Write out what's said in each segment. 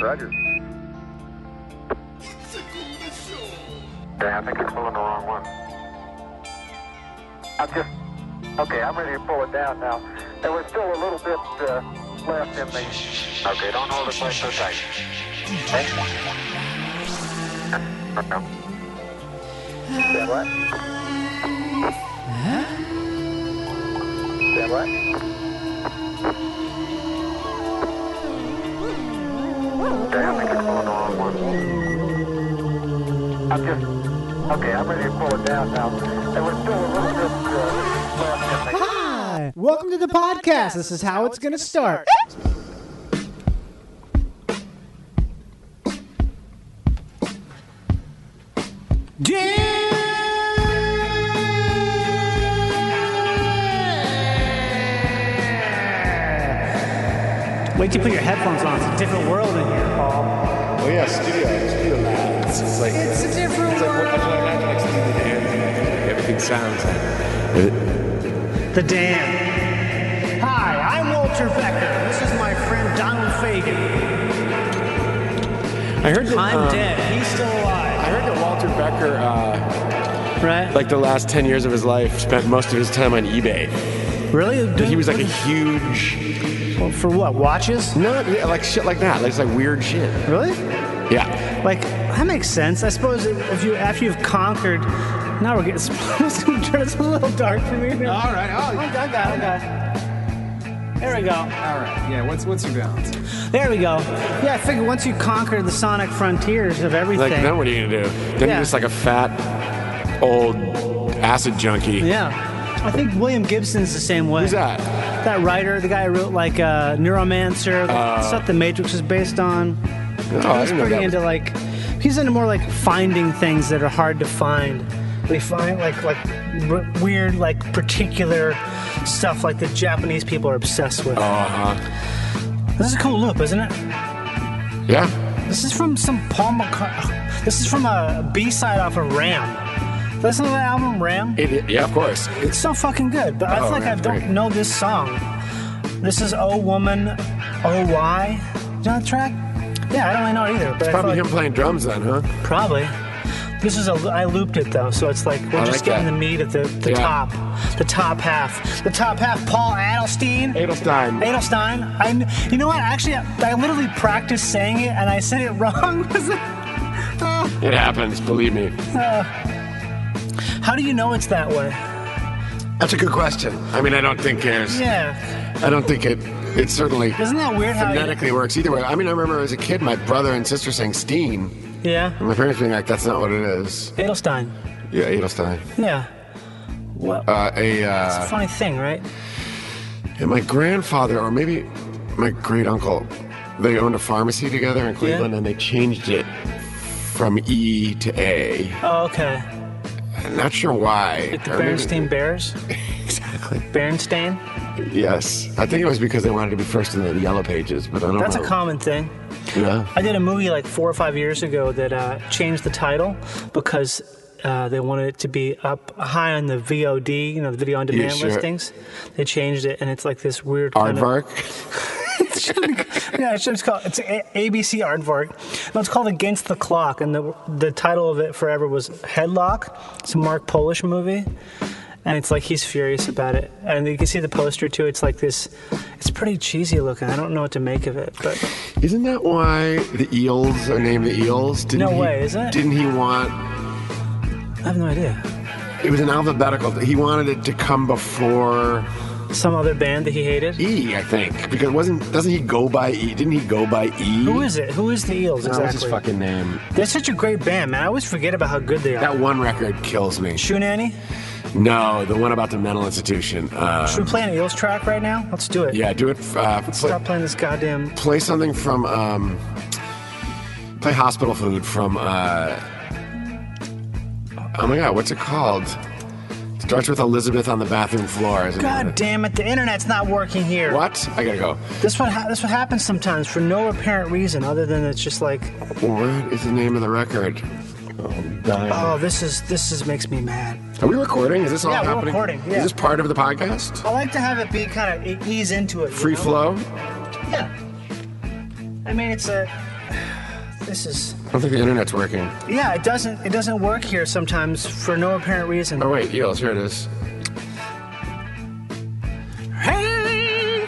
Roger. Yeah, I think you're pulling the wrong one. I'm just, okay, I'm ready to pull it down now. There was still a little bit uh, left in the. Okay, don't hold it quite so tight. Okay? Said what? Said what? Okay, I think you're pulling the wrong one. I'm just, okay, I'm ready to pull it down now. There was still a little bit uh, left in the. Hi, welcome to the podcast. This is how it's going to start. Wait till you put your headphones on. It's a different world in here. Oh yeah, studio, studio lab. It's, it's like it's a different it's like, world. What, I imagine like studio band. Everything sounds. The Dam. Hi, I'm Walter Becker. This is my friend Donald Fagen. I heard that. I'm um, dead. He's still alive. I heard that Walter Becker, uh, Right? like the last ten years of his life, spent most of his time on eBay. really? That he was like a huge, for what? Watches? not yeah, like shit like that, like it's like weird shit. Really? Yeah, Like that makes sense. I suppose if you after you've conquered. Now we're getting. it's a little dark for me. here. All right. Oh, I got that. I got it. There we go. all right. Yeah. What's what's your balance? There we go. Yeah, I figure once you conquer the sonic frontiers of everything. like then what are you gonna do? Then Yeah. you're just like a fat old acid junkie. Yeah. I think William Gibson's the same way. Who's that? Oh, That writer, the guy who wrote like uh, Neuromancer, Uh, the stuff The Matrix is based on. Oh, I he's didn't know pretty that. into like, he's into more like finding things that are hard to find. They find like like r- weird like particular stuff like the Japanese people are obsessed with. uh-huh. This is a cool loop, isn't it? Yeah. This is from some Paul McCartney. This is from a B side off of Ram. Listen to that album, Ram. It, yeah, of course. It's so fucking good, but I feel Oh, like I that's don't great. know this song. This is Oh Woman, Oh Why. Do you know that track? Yeah, I don't really know it either, but I feel Probably like him playing drums then, huh? probably. This is a. I looped it though, so it's like we're I just like getting that. the meat of the, the Yeah. top, the top half, the top half. Paul Adelstein. Adelstein. Adelstein. I, kn- you know what? Actually, I, I literally practiced saying it, and I said it wrong. Oh, It happens, believe me. how do you know it's that way? That's a good question. I mean, I don't think there's. Yeah, I don't think it. It certainly isn't that weird? How you- phonetically works either way. I mean, I remember as a kid, my brother and sister saying Steen, yeah, and my parents being like, "That's not what it is." Adelstein. Yeah, Edelstein. Yeah. What? Uh, a uh, Funny thing, right? and my grandfather, or maybe my great uncle, they owned a pharmacy together in Cleveland, and they changed it from E to A. Oh, okay. I'm not sure why. Like the Or maybe- Berenstain Bears? Exactly. Berenstain? Yes, I think it was because they wanted to be first in the yellow pages, but I don't That's know. a common thing. Yeah. I did a movie like four or five years ago that uh, changed the title because uh, they wanted it to be up high on the VOD, you know, the video on demand sure. listings. They changed it, and it's like this weird. kind of- Aardvark. yeah, it's just called it's a- ABC Aardvark. No, it's called Against the Clock, and the the title of it forever was Headlock. It's a Mark Polish movie, and it's like he's furious about it. And you can see the poster too. It's like this. It's pretty cheesy looking. I don't know what to make of it, but Isn't that why the eels are named the eels? Didn't No he, way, is it? Didn't he want? I have no idea. It was an alphabetical. He wanted it to come before Some other band that he hated. E, I think, because wasn't doesn't he go by E? Didn't he go by E? Who is it? Who is the Eels What's his exactly? fucking name? They're such a great band, man. I always forget about how good they are. That one record kills me. Shoe Nanny, No, the one about the mental institution. Uh, should we play an Eels track right now? Let's do it. yeah, do it. Uh, play, Stop playing this goddamn. play something from. Um, play hospital food from. Uh, oh my god, what's it called? Starts with Elizabeth on the bathroom floor. isn't it? God damn it! The internet's not working here. What? I gotta go. This what ha- this what happens sometimes for no apparent reason other than it's just like, What is the name of the record? Oh, I'm dying. oh, this is this is makes me mad. Are we recording? Is this all Yeah, we're happening? recording, yeah. Is this part of the podcast? I like to have it be kind of ease into it. you Free know? flow? Yeah. I mean, it's a This is I don't think the internet's working. yeah. It doesn't it doesn't work here sometimes for no apparent reason. Oh wait, Eels, here it is. Hey,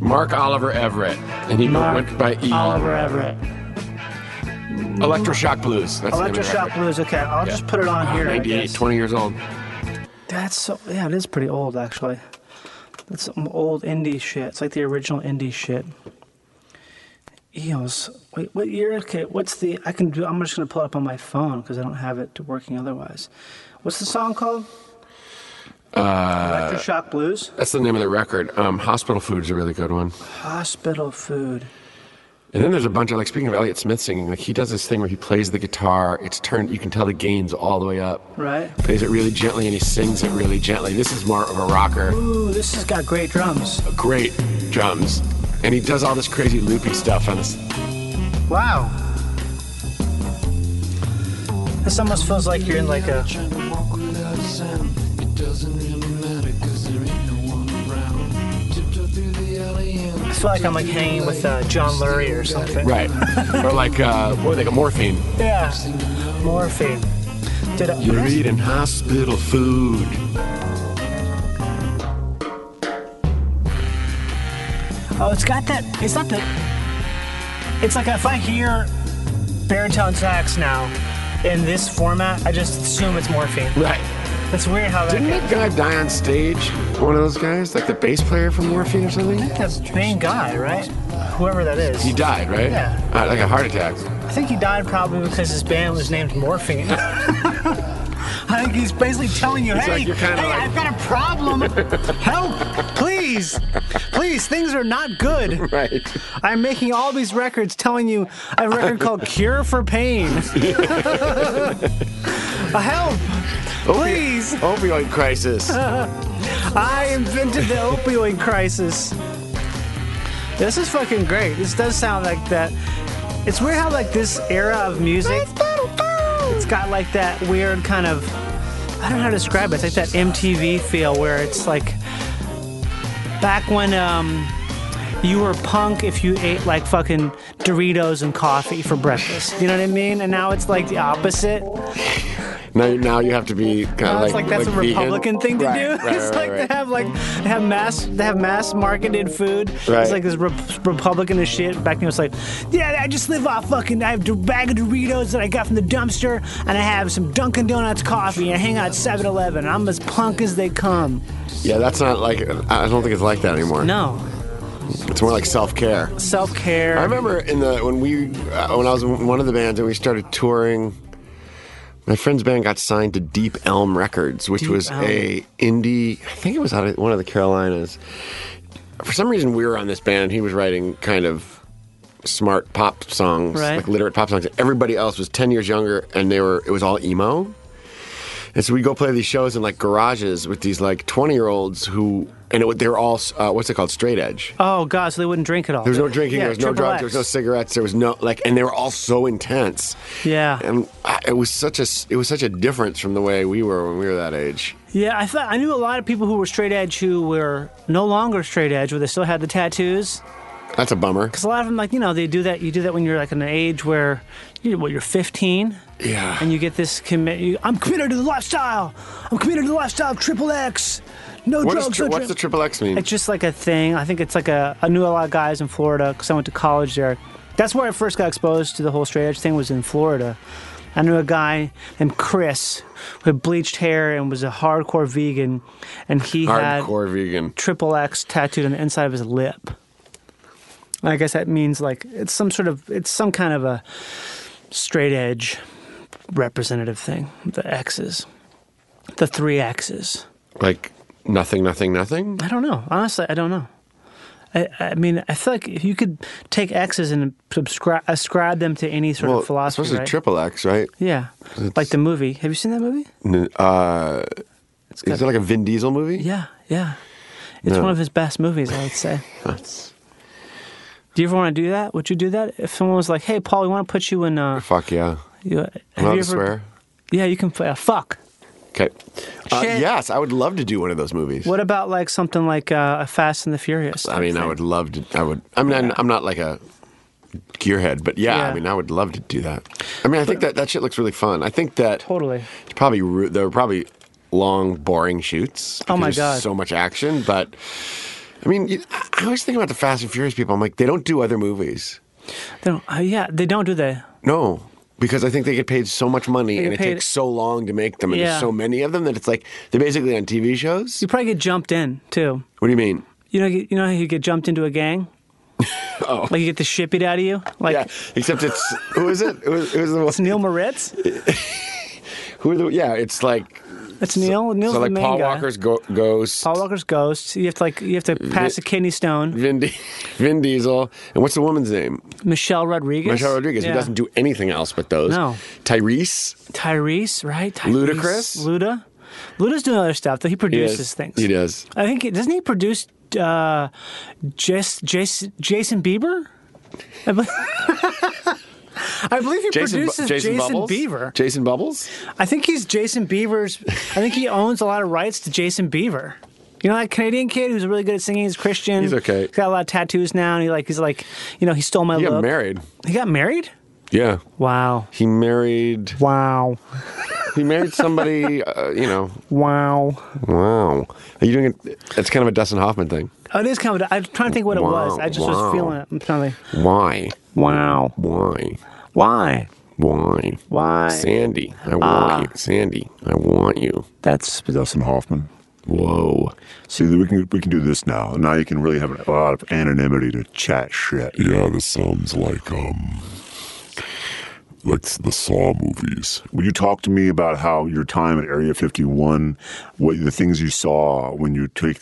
Mark Oliver Everett, and he went by E. Oliver Everett. Electroshock Blues. That's electroshock the name of blues. Okay, I'll just put it on the here. record. I 98, guess. 20 years old. That's so yeah. It is pretty old actually. That's some old indie shit. It's like the original indie shit. Eels. Wait, what year? Okay, what's the? I can do. I'm just gonna pull it up on my phone because I don't have it working otherwise. What's the song called? Uh, Electroshock Blues. That's the name of the record. Um, Hospital Food is a really good one. Hospital food. And then there's a bunch of like speaking of Elliott Smith singing, like he does this thing where he plays the guitar. It's turned. You can tell the gains all the way up. Right. Plays it really gently and he sings it really gently. This is more of a rocker. Ooh, this has got great drums. Great drums, and he does all this crazy loopy stuff on this. Wow. This almost feels like you're in like a I feel like I'm like hanging with uh, John Lurie or something. Right. or like uh, what are they? Morphine. Yeah. Morphine. Did I, You're eating hospital food. oh, it's got that. It's not the. It's like if I hear baritone sax now in this format, I just assume it's morphine. Right. It's weird how that. Didn't that guy die on stage? One of those guys, like the bass player from Morphine or something? That's the main guy, right? Whoever that is. He died, right? Yeah. Uh, like a heart attack. I think he died probably because his band was named Morphine. I think he's basically telling you, hey, like, you're hey, kinda like- I've got a problem. Help, please, please. Things are not good. Right. I'm making all these records, telling you I have a record called Cure for Pain. Uh, Help, please. Opioid crisis. I invented the opioid crisis. This is fucking great. This does sound like that. It's weird how like this era of music, it's got like that weird kind of I don't know how to describe it. It's like that MTV feel where it's like back when um you were punk if you ate like fucking Doritos and coffee for breakfast. You know what I mean? And now it's like the opposite. now, now you have to be kind of Now like, Oh, it's like that's a vegan. Republican thing to Right, do. right, it's right, like right. they have like they have mass they have mass marketed food. Right. It's like this rep- Republican as shit. Back then it's like, yeah, I just live off fucking. I have a bag of Doritos that I got from the dumpster, and I have some Dunkin' Donuts coffee, and I hang out at 7-Eleven. I'm as punk as they come. Yeah, that's not like, I don't think it's like that anymore. No, It's more like self care. self I care. remember in the when we uh, when I was in one of the bands and we started touring. My friend's band got signed to Deep Elm Records, which Deep was Elm. a indie. I think it was out of one of the Carolinas. For some reason, we were on this band. He was writing kind of smart pop songs, Right. like literate pop songs. Everybody else was ten years younger, and they were. It was all emo. And so we go play these shows in like garages with these like twenty year olds who, and it, they were all uh, what's it called, straight edge. Oh god, so they wouldn't drink at all. There was no drinking. Yeah, there was no Triple drugs. X. There was no cigarettes. There was no like, and they were all so intense. Yeah. and I, it was such a s- it was such a difference from the way we were when we were that age. Yeah, I thought I knew a lot of people who were straight edge who were no longer straight edge, where they still had the tattoos. That's a bummer. Because a lot of them, like you know, they do that. You do that when you're like in an age where, you what, you're 15, Yeah, and you get this commit. You, I'm committed to the lifestyle. I'm committed to the lifestyle of triple X. No what is drugs. tri- no what's the drugs. triple X mean? It's just like a thing. I think it's like a. I knew a lot of guys in Florida because I went to college there. That's where I first got exposed to the whole straight edge thing. Was in Florida. I knew a guy named Chris with bleached hair and was a hardcore vegan, and he had Hardcore vegan. triple X tattooed on the inside of his lip. And I guess that means like it's some sort of it's some kind of a straight edge representative thing. The X's, the three X's. Like nothing, nothing, nothing. I don't know. Honestly, I don't know. I, I mean, I feel like if you could take X's and subscri- ascribe them to any sort Well, of philosophy, especially right? triple X, right? yeah, like the movie. Have you seen that movie? N- Uh, It's is it like a Vin Diesel movie? yeah, yeah. It's No. one of his best movies, I would say. That's- Do you ever want to do that? Would you do that if someone was like, "Hey, Paul, we want to put you in"? Uh, fuck yeah. you, have I'm you allowed to ever- swear. Yeah, you can play. Uh, fuck. Okay. Uh, Shit. yes, I would love to do one of those movies. What about like something like uh, a Fast and the Furious? I mean, I would love to. I would. I mean, I'm- I'm not like a gearhead. But yeah, Yeah. I mean, I would love to do that. I mean, I think that that shit looks really fun. I think that Totally. it's probably ru- there were probably long, boring shoots. Oh, my because there's God. so much action, but. I mean, you- I I always think about the Fast and Furious people. I'm like, they don't do other movies. They don't, uh, yeah, they don't, do they? No, because I think they get paid so much money They get and it paid- takes so long to make them, and Yeah. there's so many of them that it's like they're basically on TV shows. You probably get jumped in too. What do you mean? You know, you know how you get jumped into a gang. oh. Like you get the shit beat out of you. Like yeah, except it's who is it? It was, it was the it's Neil Moritz. who? are The, yeah, it's like That's Neil. Oh, Neil's so the like main Paul guy. Walker's go- Ghost, Paul Walker's ghost. You have to like you have to pass a kidney stone. Vin, Di- Vin Diesel, and what's the woman's name? Michelle Rodriguez. Michelle Rodriguez, Yeah. who doesn't do anything else but those. No. Tyrese Tyrese, right? Tyrese, Ludacris? Luda. Luda's doing other stuff though. He He produces does- things. He does. I think doesn't he produce uh, Jas Jason, Jason Bieber? I believe, I believe he Jason, Bu- produces Jason Jason, Bubbles. Bieber. Jason Bubbles. I think he's Jason Bieber's. I think he owns a lot of rights to Jason Bieber. You know that Canadian kid who's really good at singing. He's Christian. He's okay. He's got a lot of tattoos now, and he like he's like, you know, he stole my He look. got married. He got married. Yeah, Wow. he married. Wow. He married somebody. uh, you know. Wow. Wow. Are you doing it? It's kind of a Dustin Hoffman thing. Oh, it is kind of. I'm trying to think what it was. Wow, I just wow. was feeling it. I'm trying to. Why? Wow. Why? Why? Why? Why? Ah. Sandy, I want you. Sandy, I want you. That's Dustin Hoffman. Whoa. See, we can we can do this now. Now you can really have a lot of anonymity to chat shit. Yeah, this sounds like um like the Saw movies. Will you talk to me about how your time at Area 51, what the things you saw when you take?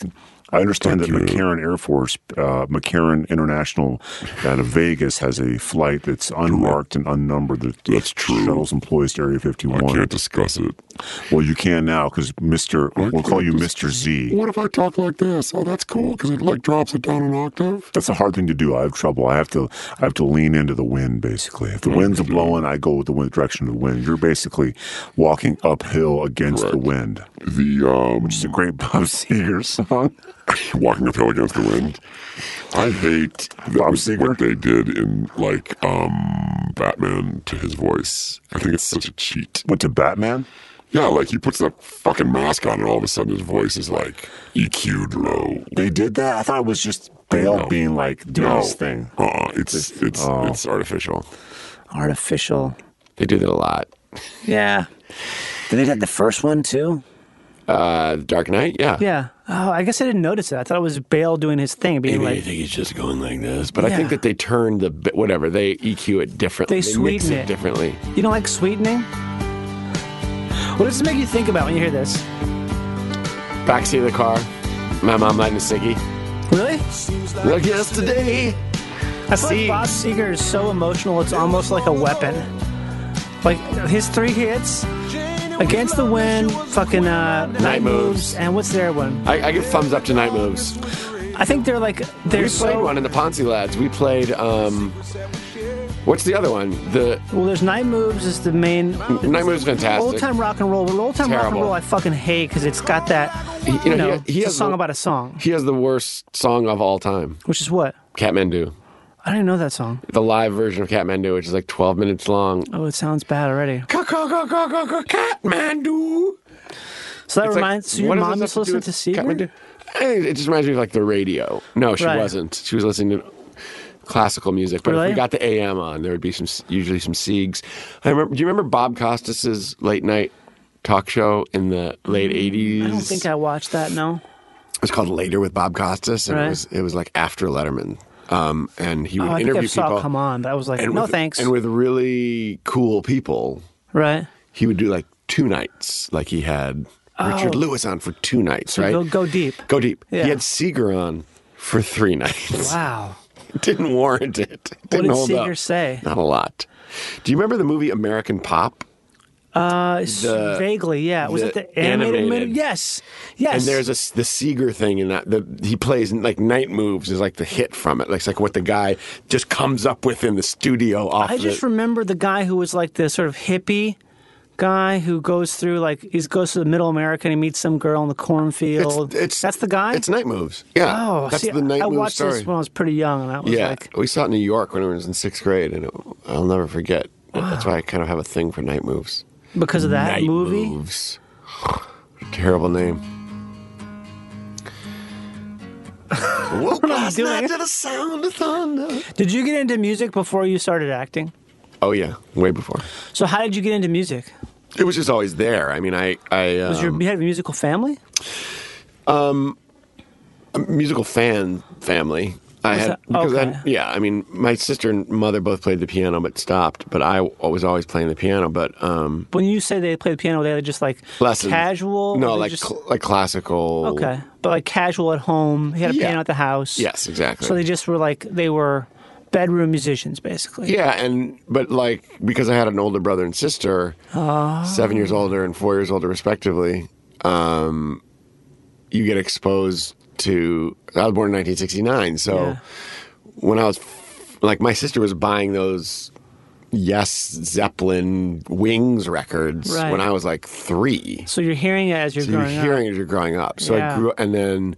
I understand that Thank you. McCarran Air Force, uh, McCarran International, out of Vegas has a flight that's unmarked and unnumbered that That's true. shuttles employees to Area I 51. can't discuss it. well, you can now because Mister, I we'll call can't you dis- Mister Z. What if I talk like this? Oh, that's cool because it like drops it down an octave. That's a hard thing to do. I have trouble. I have to I have to lean into the wind basically. If the Mm-hmm. wind's blowing, I go with the wind, direction of the wind. You're basically walking uphill against the wind. The um, It's a great Bob Seger song. walking uphill against the wind. I hate that Bob was Seger? what they did in like um Batman to his voice. I think it's such a cheat. Went to Batman? Yeah, like he puts that fucking mask on, and all of a sudden his voice is like EQ'd low. They did that. I thought it was just Bale No. being like doing No, this thing. Uh, it's it's it's artificial. artificial. They do that a lot. Yeah. Did they have the first one too? Uh, the Dark Knight, yeah. Yeah. Oh, I guess I didn't notice it. I thought it was Bale doing his thing, being Maybe I like, think it's just going like this, but I Yeah. think that they turn the bi- whatever they EQ it differently. They mix sweeten it, it. differently. "You don't like sweetening." What does this make you think about when you hear this? Backseat of the car, my mom lighting a ciggy. Really? Like yesterday. I feel like Bob Seger is so emotional; it's almost like a weapon. Like his three hits, "Against the Wind," fucking uh, "Night, Moves. and what's their one? I, I give thumbs up to night moves. I think they're like We they're played so. one in the Ponzi Lads. We played um, what's the other one? The Well, there's "Night Moves" is the main night moves fantastic. old time rock and roll. But old time rock and Terrible. roll, I fucking hate because it's got that. you You know, know, he- he it's has a song the- about a song, He has the worst song of all time. which is what Kathmandu. I didn't know that song. The live version of Kathmandu, which is like 12 minutes long. Oh, it sounds bad already. Kathmandu. So that It's like, reminds. so your what does mom this is have to do listening to with Kathmandu? Seeger. I think It just reminds me of like the radio. No, she Right. wasn't. She was listening to classical music. But if Really? we got the AM on, there would be some usually some Siegs. I remember. Do you remember Bob Costas's late night talk show in the late '80s? Mm, I don't think I watched that. No. Oh, It was called Later with Bob Costas, and Right. it was it was like after Letterman. Um, and he would Oh, I think interview I saw people. "Come On," but I was like, and "No with, thanks." And with really cool people, right. he would do like two nights. Like he had Richard Lewis on for two nights, Oh. So right? go go deep. Go deep. Yeah. He had Seeger on for three nights. Wow. It Didn't warrant it. It Didn't did hold up. Seeger say? Not a lot. Do you remember the movie American Pop? Uh, s- The- vaguely, yeah. Was the it the animated, animated. movie? Yes. Yes. And there's a, the Seeger thing in that. The, he plays in, like Night Moves is like the hit from it. Like, it's like what the guy just comes up with in the studio off I just the, remember the guy who was like the sort of hippie guy who goes through like he goes to the middle America and he meets some girl in the cornfield. It's, it's that's the guy. It's night moves. Yeah. oh, that's see, the night I moves watched story. this when I was pretty young, and that was yeah, like we saw it in New York when I was in sixth grade, and it, I'll never forget. Ah. That's why I kind of have a thing for night moves. because of that night movie. moves. Terrible name. Woke last doing? night to the sound of thunder. Did you get into music before you started acting? Oh yeah, way before. So how did you get into music? It was just always there. I mean, I I um, Was your you had a musical family? musical fan family. I What's had that? because Okay. I, yeah, I mean, my sister and mother both played the piano, but stopped. But I was always playing the piano. But um, When you say they play the piano, they just like lessons casual. or No, they like just, cl- like classical. okay, but like casual at home. He had a Yeah. piano at the house. Yes, exactly. So they just were like they were bedroom musicians basically. Yeah, and but like because I had an older brother and sister, Oh. seven years older and four years older respectively, um, you get exposed to. I was born in 1969, so Yeah. when I was f- like, my sister was buying those Yes Zeppelin Wings records Right. when I was like three. So you're hearing it as you're So you're growing up. hearing as you're growing up. So Yeah. I grew, and then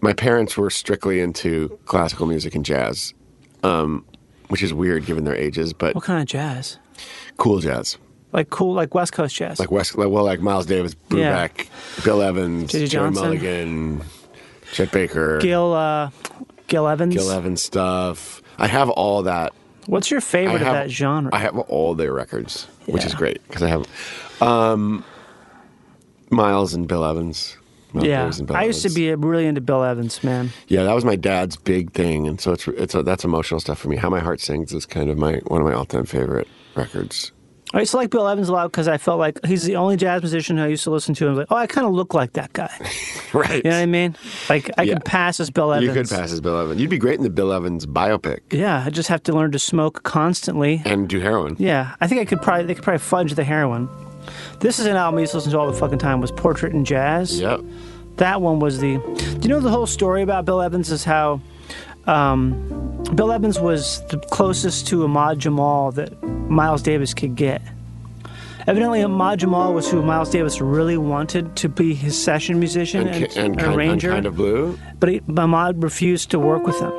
my parents were strictly into classical music and jazz, um, which is weird given their ages, but What kind of jazz? cool jazz, Like cool, like West Coast jazz. like West, like, well, like Miles Davis, Yeah. Brubeck, Bill Evans, J.J. Jerry Johnson. Mulligan, Chet Baker, Gil, uh, Gil Evans. Gil Evans stuff. I have all that. What's your I favorite have of that genre? I have all their records, which is Yeah. great because I have um, Miles and Bill Evans. Miles yeah, Davis and Bill I used to Evans. be really into Bill Evans, man. Yeah, that was my dad's big thing, and so it's it's uh, that's emotional stuff for me. How my heart sings is kind of my one of my all time favorite records. I used to like Bill Evans a lot because I felt like he's the only jazz musician who I used to listen to. And I was like, oh, I kind of look like that guy. Right. You know what I mean? Like I Yeah. could pass as Bill Evans. You could pass as Bill Evans. You'd be great in the Bill Evans biopic Yeah, I just have to learn to smoke constantly. and do heroin. Yeah, I think I could probably they could probably fudge the heroin. This is an album I used to listen to all the fucking time was Portrait in Jazz. Yep. That one was the. Do you know the whole story about Bill Evans is how um, Bill Evans was the closest to Ahmad Jamal that Miles Davis could get. Evidently, Ahmad Jamal was who Miles Davis really wanted to be his session musician And, and, ki- and, an kind, and arranger, kind of blue. but he, Ahmad refused to work with him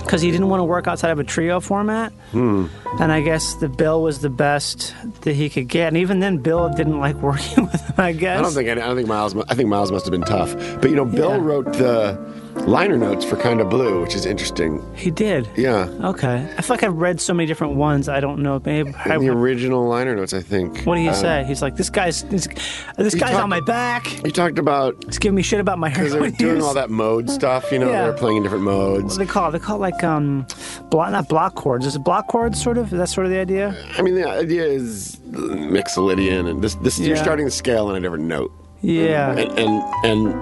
because he didn't want to work outside of a trio format. Hmm. And I guess the Bill was the best that he could get, and even then, Bill didn't like working with him. I guess I don't think I don't think Miles. mu- I think Miles must have been tough. But you know, Bill Yeah. wrote the liner notes for Kind of Blue, which is interesting. he did. Yeah. Okay. I feel like I've read so many different ones. I don't know. Maybe I, In the original liner notes, I think. what do you um, say? He's like, this guy's this, this guy's talked- on my back. He talked about He's giving me shit about my because hair. they were doing all that mode stuff. You know, Yeah. they were playing in different modes. What do they call it? They call it like um, block, not block chords. Is it block chords? Sort of. Is that sort of the idea? I mean, the idea is mixolydian, and this, this you're Yeah. starting the scale on a different note, Yeah. and and, and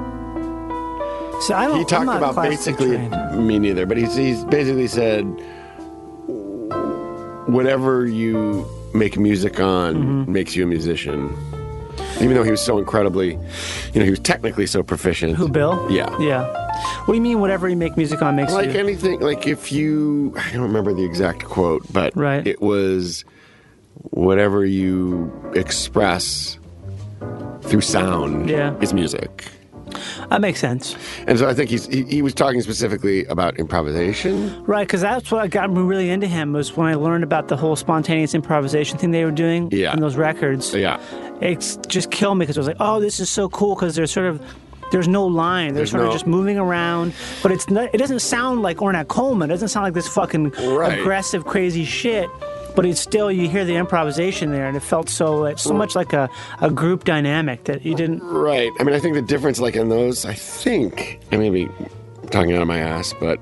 So I don't. he talked I'm not about classically basically trained. me neither, but he's he's basically said whatever you make music on Mm-hmm. makes you a musician. Even though he was so incredibly, you know, he was technically so proficient. Who Bill? Yeah. Yeah. What do you mean? Whatever you make music on makes like you. anything like if you i don't remember the exact quote but Right. it was whatever you express through sound Yeah. is music that makes sense, and so i think he's he, he was talking specifically about improvisation right? Because that's what got me really into him was when I learned about the whole spontaneous improvisation thing they were doing Yeah. on those records. yeah it's just killed me because I was like, oh, this is so cool because there's sort of there's no line. They're There's sort no- of just moving around, but it's not, it doesn't sound like Ornette Coleman. It doesn't sound like this fucking Right. aggressive, crazy shit. But it's still you hear the improvisation there, and it felt so it's so much like a, a group dynamic that you didn't. right i mean i think the difference like in those i think i may be talking out of my ass but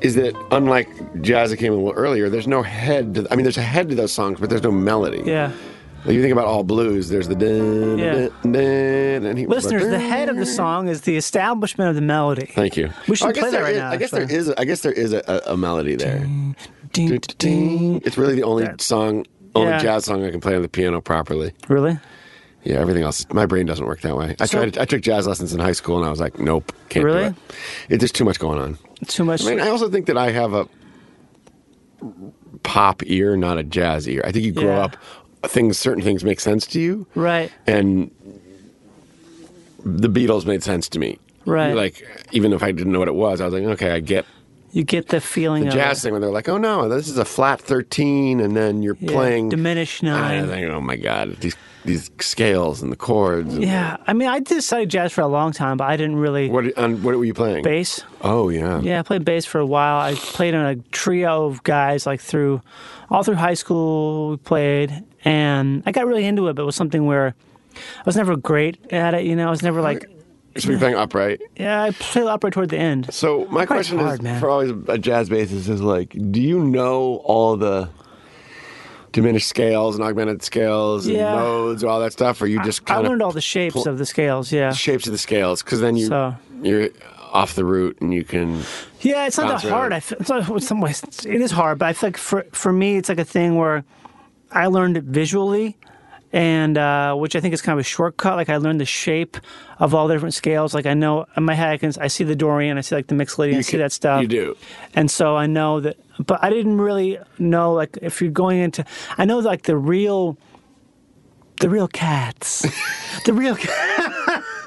is that unlike jazz that came a little earlier there's no head to, i mean there's a head to those songs but there's no melody Yeah, Like you think about all blues, there's the dun, Yeah. dun, dun, and he was listeners, like, the head of the song is the establishment of the melody. Thank you. Oh, We should I guess play that there right is- now, I guess actually. there is. I guess there is a, a, a melody there. Ding, ding, ding. It's really the only song, only Yeah. jazz song I can play on the piano properly. Really? Yeah, everything else, my brain doesn't work that way. I So- tried. I took jazz lessons in high school, and I was like, nope, can't Really? do it. it. There's too much going on. Too much. I mean, I also think that I have a pop ear, not a jazz ear. I think you grow Yeah. up things, certain things make sense to you, Right. and the Beatles made sense to me. Right. Like even if I didn't know what it was, I was like, okay, I get You get the feeling the of jazz thing. When they're like, oh no, this is a flat thirteen, and then you're it. Yeah, playing diminished I nine. think, oh my god, these these scales and the chords. And Yeah, I mean, I did study jazz for a long time, but I didn't really What on what were you playing? bass. Oh yeah. Yeah, I played bass for a while. I played in a trio of guys like through all through high school. We played, and I got really into it, but it was something where I was never great at it. You know, I was never like, So you're playing upright. yeah, I played opera toward the end. So my Upright's question hard, is man. for always a jazz bassist is like, do you know all the diminished scales and augmented scales and Yeah. modes, all that stuff? Or you just I kind of learned all the shapes pl- of the scales. Yeah, shapes of the scales because then you So- you're off the route and you can. Yeah, it's not bounce that around. hard. I feel, it's not, in some ways, it's- it is hard, but I feel like for for me, it's like a thing where I learned it visually, and uh, which I think is kind of a shortcut. Like I learned the shape of all the different scales. Like I know in my head, I can I see the Dorian, I see like the Mixolydian, I see can- that stuff. you do. and so I know that. But I didn't really know like if you're going into. I know like the real, the real cats, the real. ca-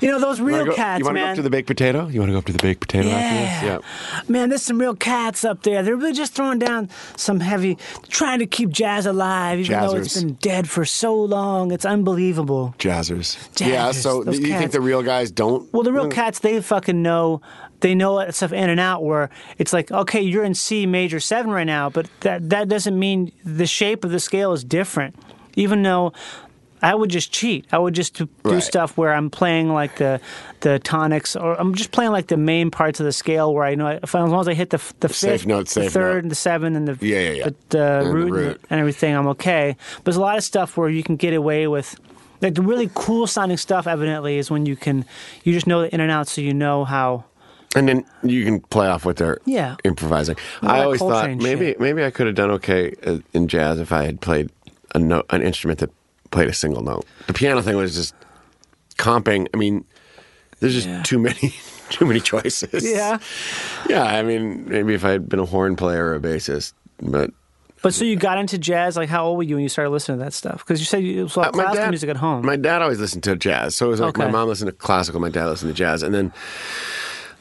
You know those You real wanna go- cats, you want to man. go up to the baked potato? You want to go up to the baked potato after Yeah. this? Man, there's some real cats up there. They're really just throwing down some heavy, trying to keep jazz alive, even though it's Jazzers. been dead for so long. It's unbelievable. Jazzers. Yeah. Jazzers, So those th- you think cats. the real guys don't? Well, the real cats, they fucking know. They know that stuff in and out. Where it's like, okay, you're in C major seven right now, but that that doesn't mean the shape of the scale is different. Even though I would just cheat, I would just do do Right. stuff where I'm playing like the the tonics, or I'm just playing like the main parts of the scale where I know if, as long as I hit the f- the Safe fifth, note, the safe third, note. and the seven, and the Yeah, yeah, yeah. the, the And the root, and root. and everything, I'm okay. But there's a lot of stuff where you can get away with. Like the really cool sounding stuff, evidently, is when you can, you just know the in and out, so you know how. And then you can play off what they're Yeah. improvising. Well, I that always thought Coltrane maybe shit. maybe I could have done okay uh, in jazz if I had played a note, an instrument that played a single note. The piano thing was just comping. I mean, there's just too many too many choices. yeah. I mean, maybe if I had been a horn player or a bassist, but But so you got into jazz. Like, how old were you when you started listening to that stuff? Because you said you was like Uh, classical music at home. My dad always listened to jazz, so it was like my Okay. mom listened to classical, my dad listened to jazz, and then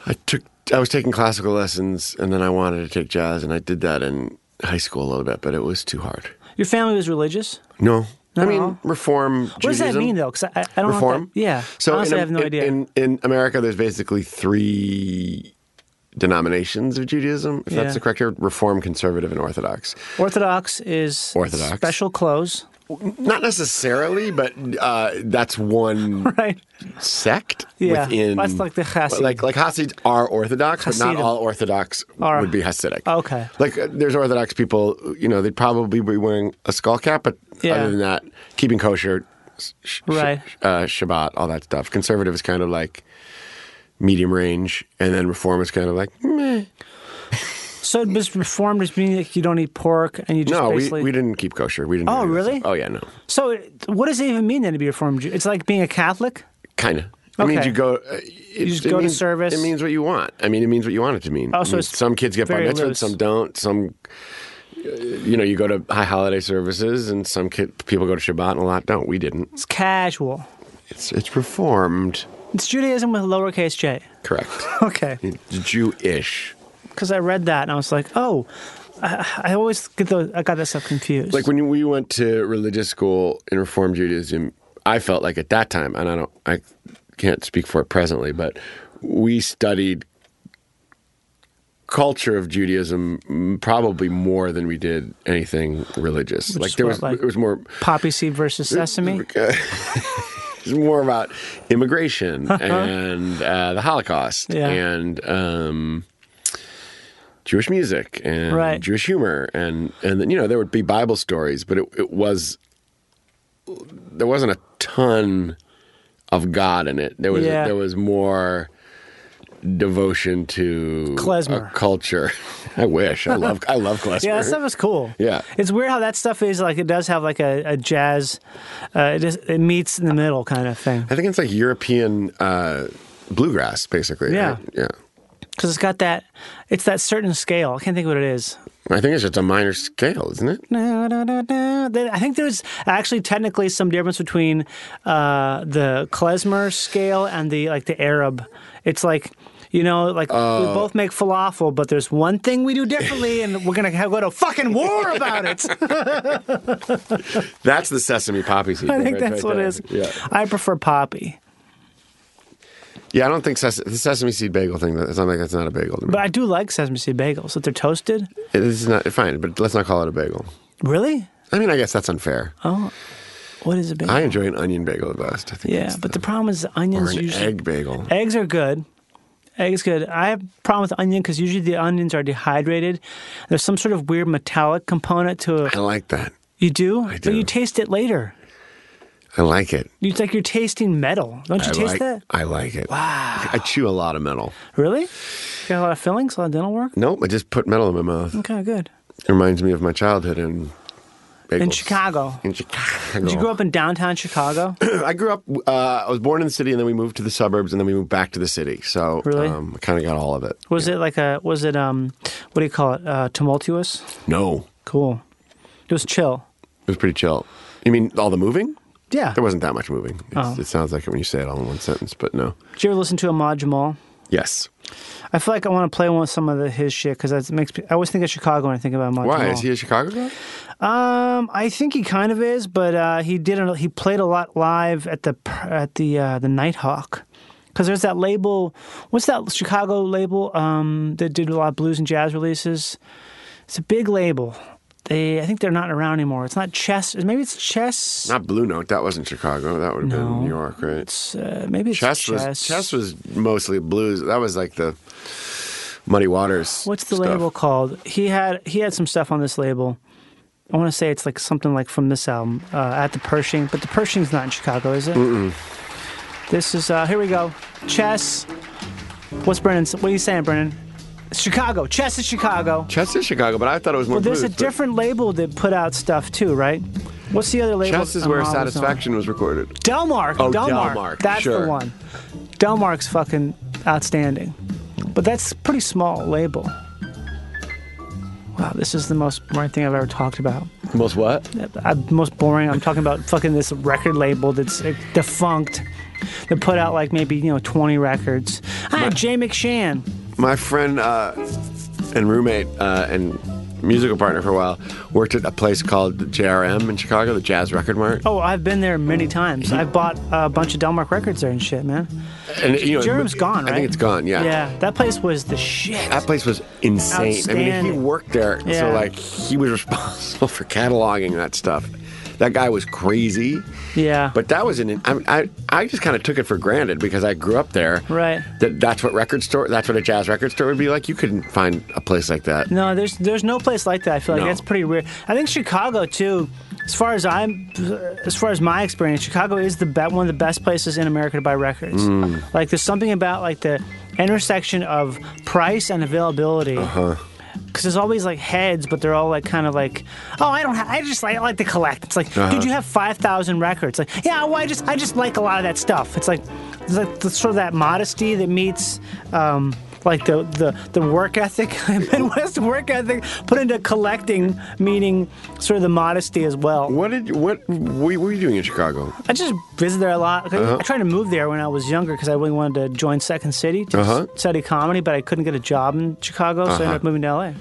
I took I was taking classical lessons, and then I wanted to take jazz, and I did that in high school a little bit, but it was too hard. Your family was religious. No, No. I mean reform. What does that mean, though? Because I, I don't know what Reform. that- yeah. So Honestly, in, I have no in- idea. In, in America, there's basically three denominations of Judaism, if Yeah. that's the correct word: Reform, Conservative, and Orthodox. Orthodox is Orthodox. special clothes, Not necessarily, but uh, that's one right? sect Yeah, within. that's like the Hasid. Like, like Hasids are Orthodox, but Hasidim. not all Orthodox Are- would be Hasidic. Okay. Like uh, there's Orthodox people, you know, they'd probably be wearing a skull cap, but Yeah. other than that, keeping kosher, sh- sh- Right. uh, Shabbat, all that stuff. Conservative is kind of like medium range, and then Reform is kind of like meh. So does reform just mean like you don't eat pork and you just No, we, basically we didn't keep kosher. We didn't. do Oh, any of that really? stuff. Oh yeah, no, So, it- what does it even mean then to be reformed Jew? It's like being a Catholic. kind of. It means Okay. you go. uh, It, you just go to means, service. It means what you want. I mean, it means what you want it to mean. Oh, so I mean, it's some kids get bar very mitzvahs, loose. some don't. Some, uh, you know, you go to high holiday services, and some kid, people go to Shabbat, and a lot don't. We didn't. It's casual. It's it's reformed, It's Judaism with a lowercase j. correct? Okay, It's Jewish. because I read that and I was like, oh, I, I always get those. I got that stuff confused. Like when we went to religious school in Reform Judaism, I felt like at that time, and I don't, I can't speak for it presently, but we studied culture of Judaism mm, probably more than we did anything religious. like is there what, was, like- it was more. poppy seed versus sesame. It's more about immigration and uh, the Holocaust Uh-huh. Yeah. and um, Jewish music and Right. Jewish humor and and then, you know there would be Bible stories, but it, it was there wasn't a ton of God in it. There was Yeah. there was more devotion to Klezmer. a culture. I wish I love I love klezmer. Yeah, that stuff is cool. Yeah. it's weird how that stuff is like. It does have like a, a jazz. Uh, it, just, it meets in the middle kind of thing. I think it's like European uh, bluegrass, basically. Yeah. right? Yeah. because it's got that it's that certain scale. I can't think what it is. I think it's just a minor scale, isn't it? Na, na, na, na. Then I think there's actually technically some difference between uh, the klezmer scale and the like the Arab. It's like you know, like we Oh. both make falafel, but there's one thing we do differently, and we're gonna have, go to fucking war about it. That's the sesame poppy seed. I think right- that's right what it there. is. Yeah, I prefer poppy, yeah. I don't think ses- the sesame seed bagel thing. That sounds like that's not a bagel. To me. but I do like sesame seed bagels if they're toasted. this is not fine. But let's not call it a bagel. Really? I mean, I guess that's unfair. Oh. What is a bagel? I enjoy an onion bagel the best. I think yeah, that's but the the, problem is the or onions an usually egg bagel. Eggs are good. Eggs good. I have a problem with onion because usually the onions are dehydrated. There's some sort of weird metallic component to it. I like that. You do, do. but you taste it later. I like it. It's like you're tasting metal. Don't you I taste like, that? I like it. Wow. I chew a lot of metal. Really? Got a lot of fillings, a lot of dental work. Nope, I just put metal in my mouth. Okay, good. It reminds me of my childhood in bagels. In Chicago, In Chicago. did you grow up in downtown Chicago? I grew up. Uh, I was born in the city, and then we moved to the suburbs, and then we moved back to the city. So Really? um, I kind of got all of it. Was it like a? Was it um? What do you call it? Uh, tumultuous. No, Cool. It was chill. it was pretty chill. You mean all the moving? Yeah. There wasn't that much moving. It's- Oh. It sounds like it when you say it all in one sentence, but no. Did you ever listen to Ahmad Jamal? Yes. I feel like I want to play one of some of the, his shit because that makes me. I always think of Chicago when I think about Monty. Why Hall. is he a Chicago guy? Um, I think he kind of is, but uh, he did. A, he played a lot live at the pr- at the uh, the Nighthawk because there's that label. What's that Chicago label um, that did a lot of blues and jazz releases? It's a big label. They, I think they're not around anymore. It's not Chess. Maybe it's Chess. Not Blue Note. That wasn't Chicago. That would have been No. New York, right? It's, uh, maybe it's Chess. Chess was Chess was mostly blues. That was like the Muddy Waters. What's the stuff. label called? He had he had some stuff on this label. I want to say it's like something like from this album uh, at the Pershing, but the Pershing's not in Chicago, is it? This is uh, here we go. Chess. What's Brennan's? What are you saying, Brennan? It's Chicago. Chess is Chicago. Chess is Chicago, but I thought it was more Well, there's blues. a but different label that put out stuff too, right? What's the other label? Chess is where Amal was on? Satisfaction was recorded. Delmark. Oh, Delmark. Delmark, That's sure. the one. Delmark's fucking outstanding. But that's a pretty small label. Wow, this is the most boring thing I've ever talked about. Most what? i most boring. I'm talking about fucking this record label that's uh, defunct. That put out like maybe you know 20 records. Ah, Jay McShann. my friend uh, and roommate uh, and musical partner for a while worked at a place called the JRM in Chicago, the Jazz Record Mart. Oh, I've been there many times. I've bought a bunch of Delmark records there and shit, man. And you know, Jerem's gone, right? I think it's gone. Yeah. Yeah, that place was the shit. That place was insane. I mean, he Outstanding. worked there, so Yeah. like he was responsible for cataloging that stuff. That guy was crazy, Yeah, but that was an. I mean, I, I just kind of took it for granted because I grew up there. Right. That that's what record store. That's what a jazz record store would be like. You couldn't find a place like that. No, there's there's no place like that. I feel like No. that's pretty rare. I think Chicago too. As far as I'm, as far as my experience, Chicago is the be- one of the best places in America to buy records. Like there's something about like the intersection of price and availability. Cause there's always like heads, but they're all like kind of like, oh, I don't, ha- I just like, I like to collect. It's like, dude, you have five thousand records. Like, yeah, well, I just, I just like a lot of that stuff. It's like, it's like the, sort of that modesty that meets, um, like the the the work ethic, Midwest work ethic, put into collecting, meaning sort of the modesty as well. What did what? What were you doing in Chicago? I just visit there a lot. I- Uh-huh. I tried to move there when I was younger because I really wanted to join Second City to Uh-huh. s- study comedy, but I couldn't get a job in Chicago, so I ended up moving to LA.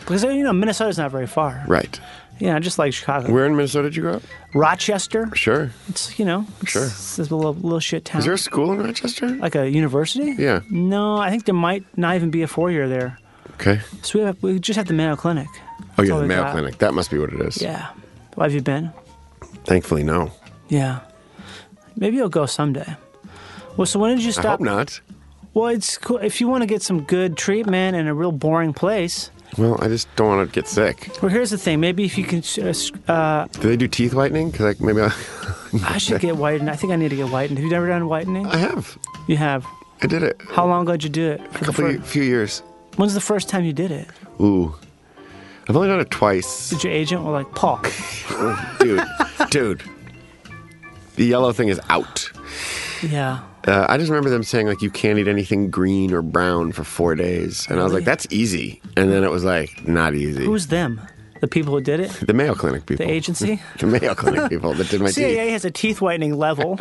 Because you know Minnesota's not very far. Right. Yeah, I just like Chicago. Where in Minnesota did you grow up? Rochester, Sure. it's you know, it's- Sure. it's, a little, little shit town. Is there a school in Rochester? like a university? Yeah. No, I think there might not even be a four year there. Okay. So we, have, we just have the Mayo Clinic. Oh, That's yeah, all the we Mayo got. Clinic. That must be what it is. Yeah. Well, have you been? Thankfully, no. Yeah. Maybe you'll go someday. Well, so when did you I stop? hope not. Well, it's cool if you want to get some good treatment in a real boring place. Well, I just don't want to get sick. Well, here's the thing. Maybe if you can, uh, s- uh, Do they do teeth whitening? Because like maybe I, I should get whitened. I think I need to get whitened. Have you never done whitening? I have. You have. I did it. How long ago did you do it? A For the couple fir- of, few years. When's the first time you did it? Ooh. I've only done it twice, Did your agent were like, Paul? dude. dude. The yellow thing is out. Yeah. Uh, I just remember them saying like you can't eat anything green or brown for four days, and I was like, that's easy. And then it was like not easy. Who's them? The people who did it? the Mayo Clinic people? The agency? The Mayo Clinic people that did Oh. my CIA teeth. has a teeth whitening level.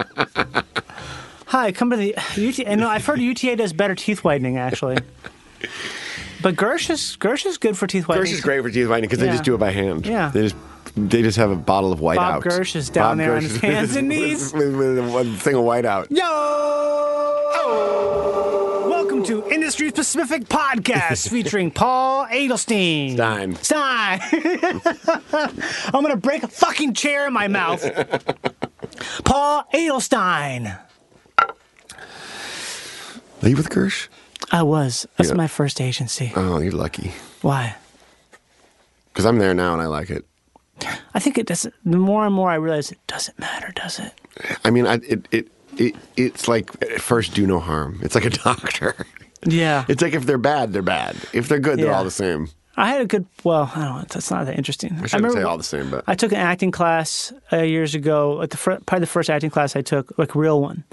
Hi, come to the UTA. No, I've heard UTA does better teeth whitening actually. But Gersh is Gersh is good for teeth whitening. Gersh is great for teeth whitening because they Yeah. just do it by hand. Yeah. They just they just have a bottle of white Bob out. Gersh is down there on his hands and knees. with, with, with one thing of white out. Yo! Oh! Welcome to Industry Specific Podcast featuring Paul Adelstein. Stein. Stein. I'm going to break a fucking chair in my mouth. Paul Adelstein. Are you with Gersh? I was. That's Yeah. my first agency. Oh, you're lucky. Why? Because I'm there now and I like it. I think it doesn't, the more and more I realize it doesn't matter, does it? I mean, I, it, it it it's like at first do no harm. It's like a doctor. Yeah. It's like if they're bad, they're bad. If they're good, they're Yeah. all the same. I had a good. Well, I don't. know. That's not that interesting. I shouldn't remember say all the same, but- I took an acting class uh, years ago. Like the fir- probably the first acting class I took, like real one,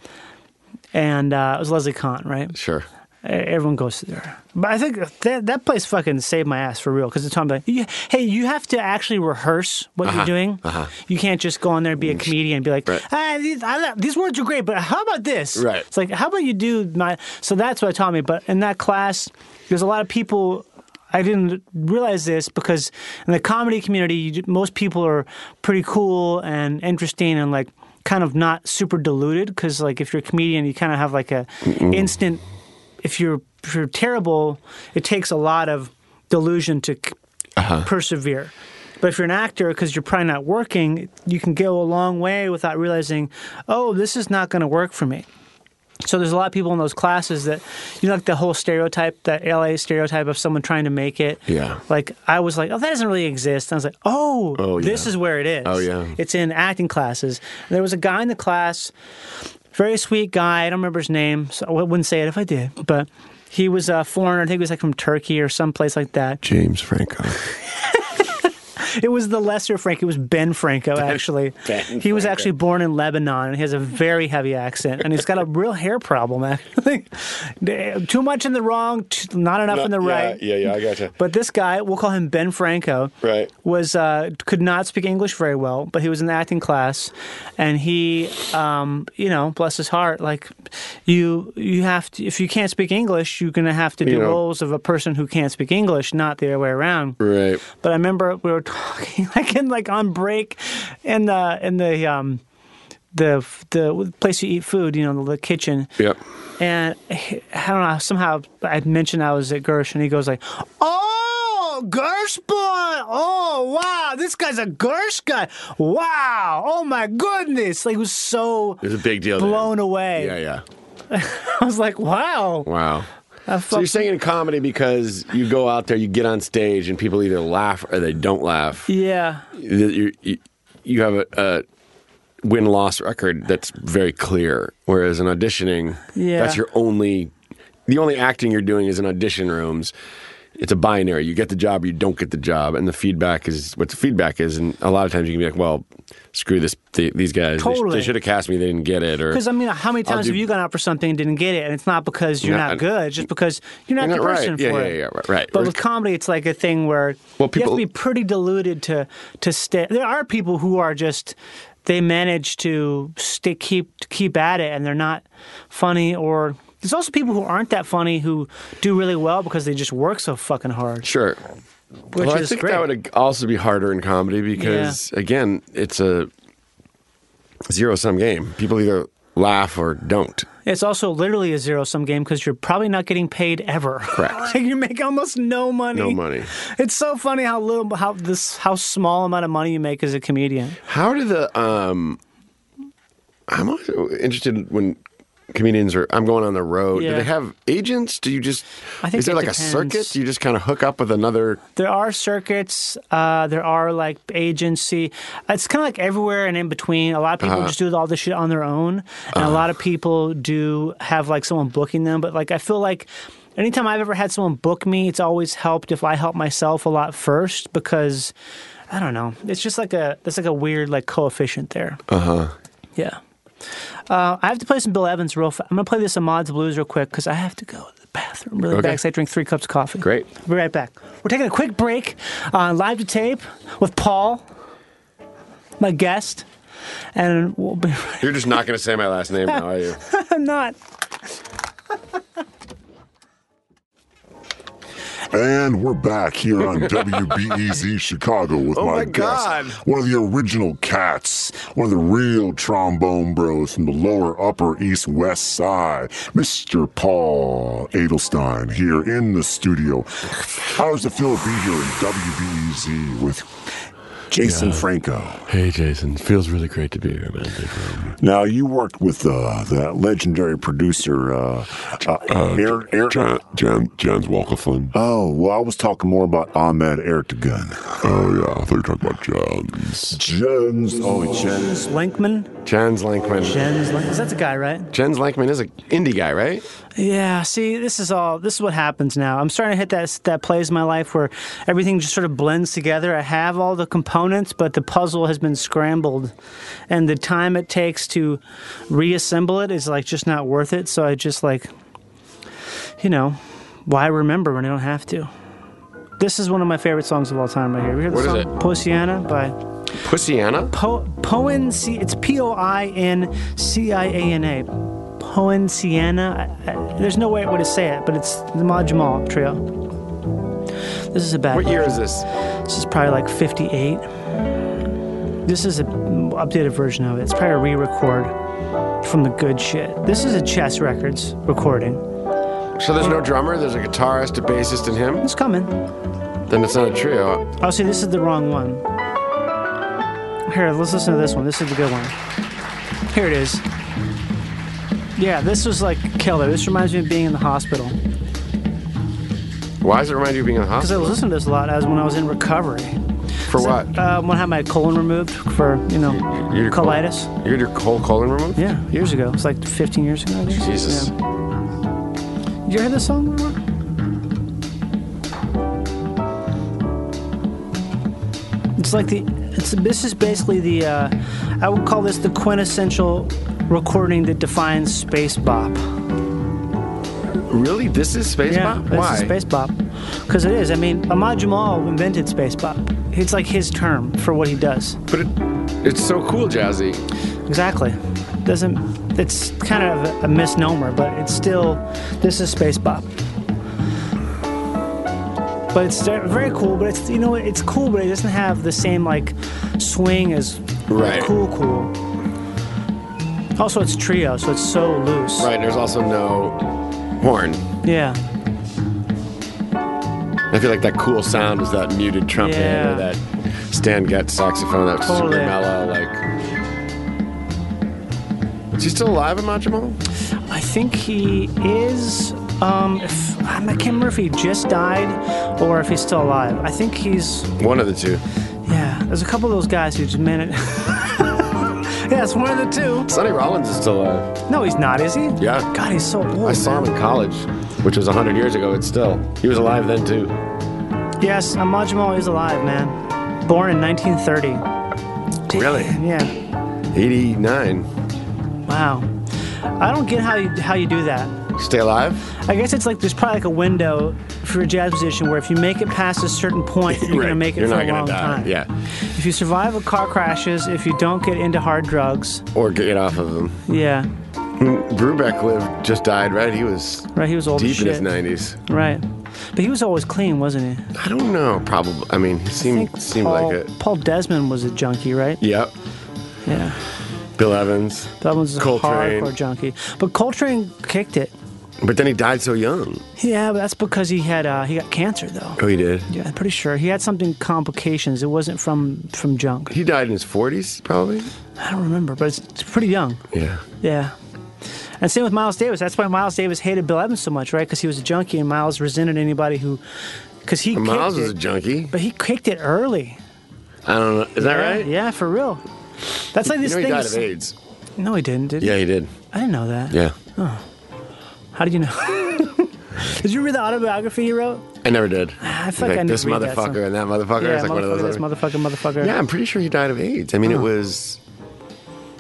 and uh, it was Leslie Kahn, right? Sure. E- Everyone goes there, but I think that that place fucking saved my ass for real because it's time like, you, hey, you have to actually rehearse what you're doing. You can't just go on there and be a comedian and be like, Uh-huh. Mm. Right. ah, these, I, lo- these words are great, but how about this? Right. It's like, how about you do my? So that's what it taught me. But in that class, there's a lot of people. I didn't realize this because in the comedy community, you, most people are pretty cool and interesting and like kind of not super deluded. Because like if you're a comedian, you kind of have like a instant. If you're if you're terrible, it takes a lot of delusion to c Uh-huh. persevere. But if you're an actor, because you're probably not working, you can go a long way without realizing, oh, this is not going to work for me. So there's a lot of people in those classes that you know, like the whole stereotype, that LA stereotype of someone trying to make it. Yeah. Like I was like, oh, that doesn't really exist. And I was like, oh, Oh, this yeah. is where it is. Oh, yeah. It's in acting classes. And there was a guy in the class, very sweet guy. I don't remember his name, so I wouldn't say it if I did. But he was a foreigner. I think he was like from Turkey or someplace like that. James Franco. It was the lesser Franco. It was Ben Franco, actually. he was actually born in Lebanon, and he has a very heavy accent, and he's got a real hair problem. Actually, too much in the wrong, t- not enough in the right. Yeah, yeah, I gotcha. But this guy, we'll call him Ben Franco, Right. Was uh, could not speak English very well, but he was in the acting class, and he, um, you know, bless his heart, like you, you have to. If you can't speak English, you're gonna have to do know. roles of a person who can't speak English, not the other way around. Right. But I remember we were talking like in like on break in the in the um the the place you eat food, you know, the kitchen. Yep. And he- I don't know, somehow I mentioned I was at Gersh and he goes like, "Oh, Gersh boy. Oh, wow. This guy's a Gersh guy. Wow. Oh my goodness." Like it was so It was a big deal. to him. blown away. Yeah, yeah. I was like, "Wow." Wow. I So you're fuck- saying in comedy because you go out there, you get on stage, and people either laugh or they don't laugh. yeah. that you you- you have a, a win loss record that's very clear. Whereas in auditioning, Yeah. that's your only the only acting you're doing is in audition rooms. It's a binary. You get the job, you don't get the job, and the feedback is what the feedback is. And a lot of times you can be like, "Well, screw this. Th- these guys. They sh- They, Totally. should have cast me. They didn't get it." Or Because I mean, how many I'll times do- have you gone out for something and didn't get it? And it's not because you're Yeah, not I- good, it's just because you're not You're the not right. person Yeah, for yeah, it. yeah, right, right. But Or- with comedy, it's like a thing where Well, people- you have to be pretty deluded to to stay. There are people who are just they manage to stay keep to keep at it, and they're not funny. Or there's also people who aren't that funny who do really well because they just work so fucking hard. sure. Which well, is I think great. that would also be harder in comedy because again, it's a zero sum game. People either laugh or don't. It's also literally a zero sum game because you're probably not getting paid ever. Correct. like you make almost no money. No money. It's so funny how little, how this, how small amount of money you make as a comedian. How do the um I'm also interested when comedians are I'm going on the road. Yeah. Do they have agents? Do you just I think is there it like depends. a circuit? Do you just kind of hook up with another There are circuits. Uh, there are like agency. It's kind of like everywhere and in between. A lot of people just do all this shit on their own, and a lot of people do have like someone booking them. But like I feel like. Anytime I've ever had someone book me, it's always helped if I help myself a lot first because I don't know. It's just like a it's like a weird like coefficient there. Uh huh. Yeah. Uh, I have to play some Bill Evans real fast. I'm going to play this Ahmad's Blues real quick because I have to go to the bathroom really Okay. bad 'cause I drink three cups of coffee. Great. We'll be right back. We're taking a quick break on Live to Tape with Paul, my guest. And we'll be You're just not going to say my last name now, are you? I'm not. And we're back here on WBEZ Chicago with Oh my, my guest, God. one of the original cats, one of the real trombone bros from the lower upper east west side, Mr. Paul Adelstein, here in the studio. How does it feel to be here in WBEZ with Jason Franco? Hey, Jason. Feels really great to be here, man. Thank you. Now you worked with uh, that legendary producer, uh, uh, Air, Air, Jan, Jan, Jan's Walker Flynn. Oh well, I was talking more about Ahmed Ertegun. Oh, yeah. I thought you were talking about Jan's. Jones, oh Jones, Lankman? Jens Lankman. Jens Lankman. That's a guy, right? Jens Lankman is an indie guy, right? Yeah, see, this is all. This is what happens now. I'm starting to hit that that place in my life where everything just sort of blends together. I have all the components, but the puzzle has been scrambled, and the time it takes to reassemble it is like just not worth it. So I just like, you know, why remember when I don't have to? This is one of my favorite songs of all time, right here. We hear the What is song it? "Poinciana" by Pussiana? Po- Poen C. It's P O I N C I A N A. Poenciana. I, I, there's no way I would say it, but it's the Mod Jamal Trio. This is a bad. What year is this? This is probably like 58. This is an updated version of it. It's probably a re-record from the good shit. This is a Chess Records recording. So there's no drummer, there's a guitarist, a bassist, and him? It's coming. Then it's not a trio. Oh, see, this is the wrong one. Here, let's listen to this one. This is the good one. Here it is. Yeah, this was like killer. This reminds me of being in the hospital. Why does it remind you of being in the Because I hospital? was listening to this a lot as when I was in recovery. For what? Uh, when I had my colon removed for, you know, Your col- colitis. You had your whole colon removed? Yeah, years ago. It's like 15 years ago. I guess. Jesus. Yeah. Did you hear this song? before? It's like the. It's this is basically the. Uh, I would call this the quintessential recording that defines space bop. Really? This is space bop? this Why? is space bop. Because it is. I mean, Ahmad Jamal invented space bop. It's like his term for what he does. But it, it's so cool, Jazzy. Exactly. Doesn't it's kind of a misnomer, but it's still this is space bop. But it's de- very cool. But it's you know what, it's cool, but it doesn't have the same like swing as Right. cool cool. Also, it's trio, so it's so loose. Right, there's also no horn. Yeah. I feel like that cool sound is that muted trumpet Yeah. or that Stan Getz saxophone, that Totally. super mellow, like. Is he still alive in Machimal? I think he is. Um, if, I can't remember if he just died or if he's still alive. I think he's One of the two. Yeah, there's a couple of those guys who just meant it. yeah, it's one of the two. Sonny Rollins is still alive. No, he's not, is he? Yeah. God, he's so old. I saw him man. in college, which was 100 years ago, it's still. He was alive then, too. Yes, Ahmad Jamal is alive, man. Born in 1930. Really? Yeah. 89. Wow. I don't get how you how you do that. Stay alive? I guess it's like there's probably like a window for a jazz musician where if you make it past a certain point, you're gonna Right. make it You're for not a gonna long die. time. Yeah. If you survive a car crashes, if you don't get into hard drugs, Or get off of him. yeah. Brubeck lived, just died, right? He was Right, he was old as deep in shit. his 90s. Right. But he was always clean, wasn't he? I don't know. Probably. I mean, he think seemed seemed Paul, like it. Paul Desmond was a junkie, right? Yep. Yeah. Bill Evans. That was a Coltrane. hardcore junkie. But Coltrane kicked it. But then he died so young. Yeah, but that's because he had uh, he got cancer though. Oh, he did. Yeah, I'm pretty sure he had something complications. It wasn't from from junk. He died in his 40s, probably. I don't remember, but it's, it's pretty young. Yeah. Yeah. And same with Miles Davis. That's why Miles Davis hated Bill Evans so much, right? Because he was a junkie, and Miles resented anybody who, because he Miles kicked was a it, junkie. but he kicked it early. I don't know. Is that right? Yeah, for real. That's like You this know he thing. died is- of AIDS. no, he didn't. Did he? Yeah, he did. I didn't know that. Yeah. How did you know? did you read the autobiography he wrote? I never did. I feel like I need this to read that motherfucker some- and that motherfucker. yeah, it's like motherfucker, Oh. one of those. this motherfucker, motherfucker. yeah, I'm pretty sure he died of AIDS. I mean, it was.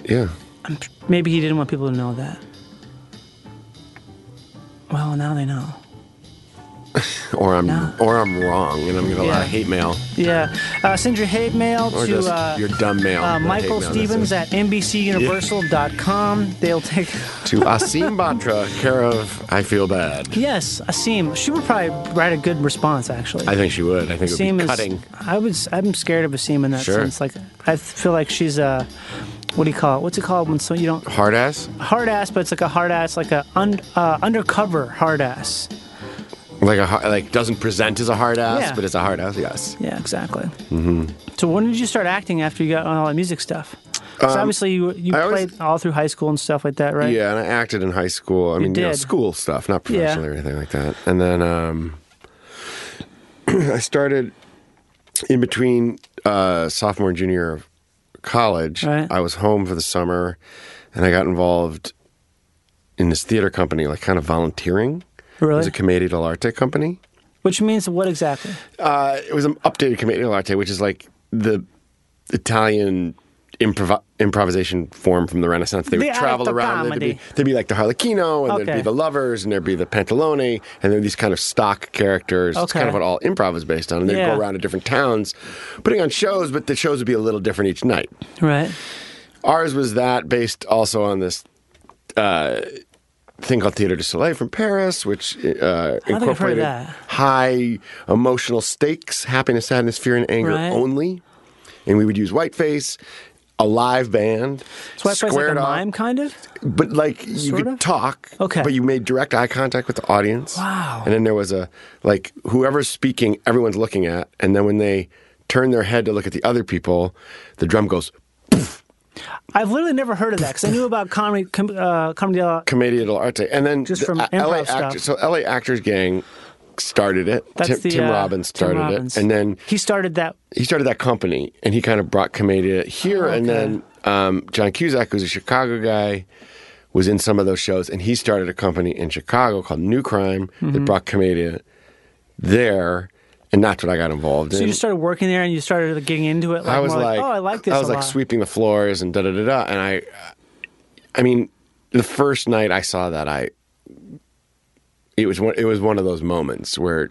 Yeah. I'm, maybe he didn't want people to know that. Well, now they know. Or I'm No. or I'm wrong, and I'm gonna get a lot Yeah. of hate mail Yeah. Uh, send your hate mail or to just uh, your dumb mail. uh, Not hate mail, Michael that's Stevens it. at NBCUniversal.com. They'll take. to Asim Batra, care of. I feel bad. Yes, Asim. She would probably write a good response, actually. I think she would. I think it would Asim be is. cutting. I was. I'm scared of Asim in that Sure. sense. Like, I feel like she's a. What do you call it? What's it called when so you don't Hard ass, hard ass, but it's like a hard ass, like a un, uh, undercover hard ass. like a har- like doesn't present as a hard ass, Yeah. but it's a hard ass. Yes. Yeah, exactly. Mm-hmm. So when did you start acting after you got on all that music stuff? 'Cause obviously you you Um, played I always- all through high school and stuff like that, right? Yeah, and I acted in high school. I mean, you know, did. school stuff, not professionally or anything like that. And then um, I started in between uh, sophomore and junior year of college. Right. I was home for the summer, and I got involved in this theater company, like kind of volunteering. It was Really? a Commedia dell'arte company. Which means what exactly? Uh, it was an updated Commedia dell'arte, which is like the Italian improv- improvisation form from the Renaissance. They The would travel art of around. There'd be, comedy. there'd be like the Harlequino, and there'd Okay. be the Lovers, and there'd be the Pantalone, and there were these kind of stock characters. It's kind Okay. of what all improv is based on. And they'd Yeah. go around to different towns, putting on shows, but the shows would be a little different each night. Right. Ours was that based also on this uh, thing called Theatre du Soleil from Paris, which uh, I've heard of incorporated that. high emotional stakes, happiness, sadness, fear, and anger Right. only. And we would use whiteface, a live band, So I plays like a squared off, mime, kind of. but like you Sort could of? talk, Okay. but you made direct eye contact with the audience. Wow. And then there was a like whoever's speaking, everyone's looking at, and then when they turn their head to look at the other people, the drum goes I've literally never heard of that because I knew about comedy, com- uh, comedy. uh, Commedia dell'arte, and then Just from uh, improv LA stuff. Actors, so LA Actors Gang started it. That's Tim, the Tim uh, Robbins started Tim Robbins. it, and then he started that. he started that company, and he kind of brought Commedia here, Oh, and then um, John Cusack, who's a Chicago guy, was in some of those shows, and he started a company in Chicago called New Crime Mm-hmm. that brought Commedia there, and that's what I got involved So in. you started working there and you started getting into it. Like, I was more like, oh, I like this. I was a like lot. sweeping the floors and da da da da. And I, I mean, the first night I saw that, I it was one, it was one of those moments where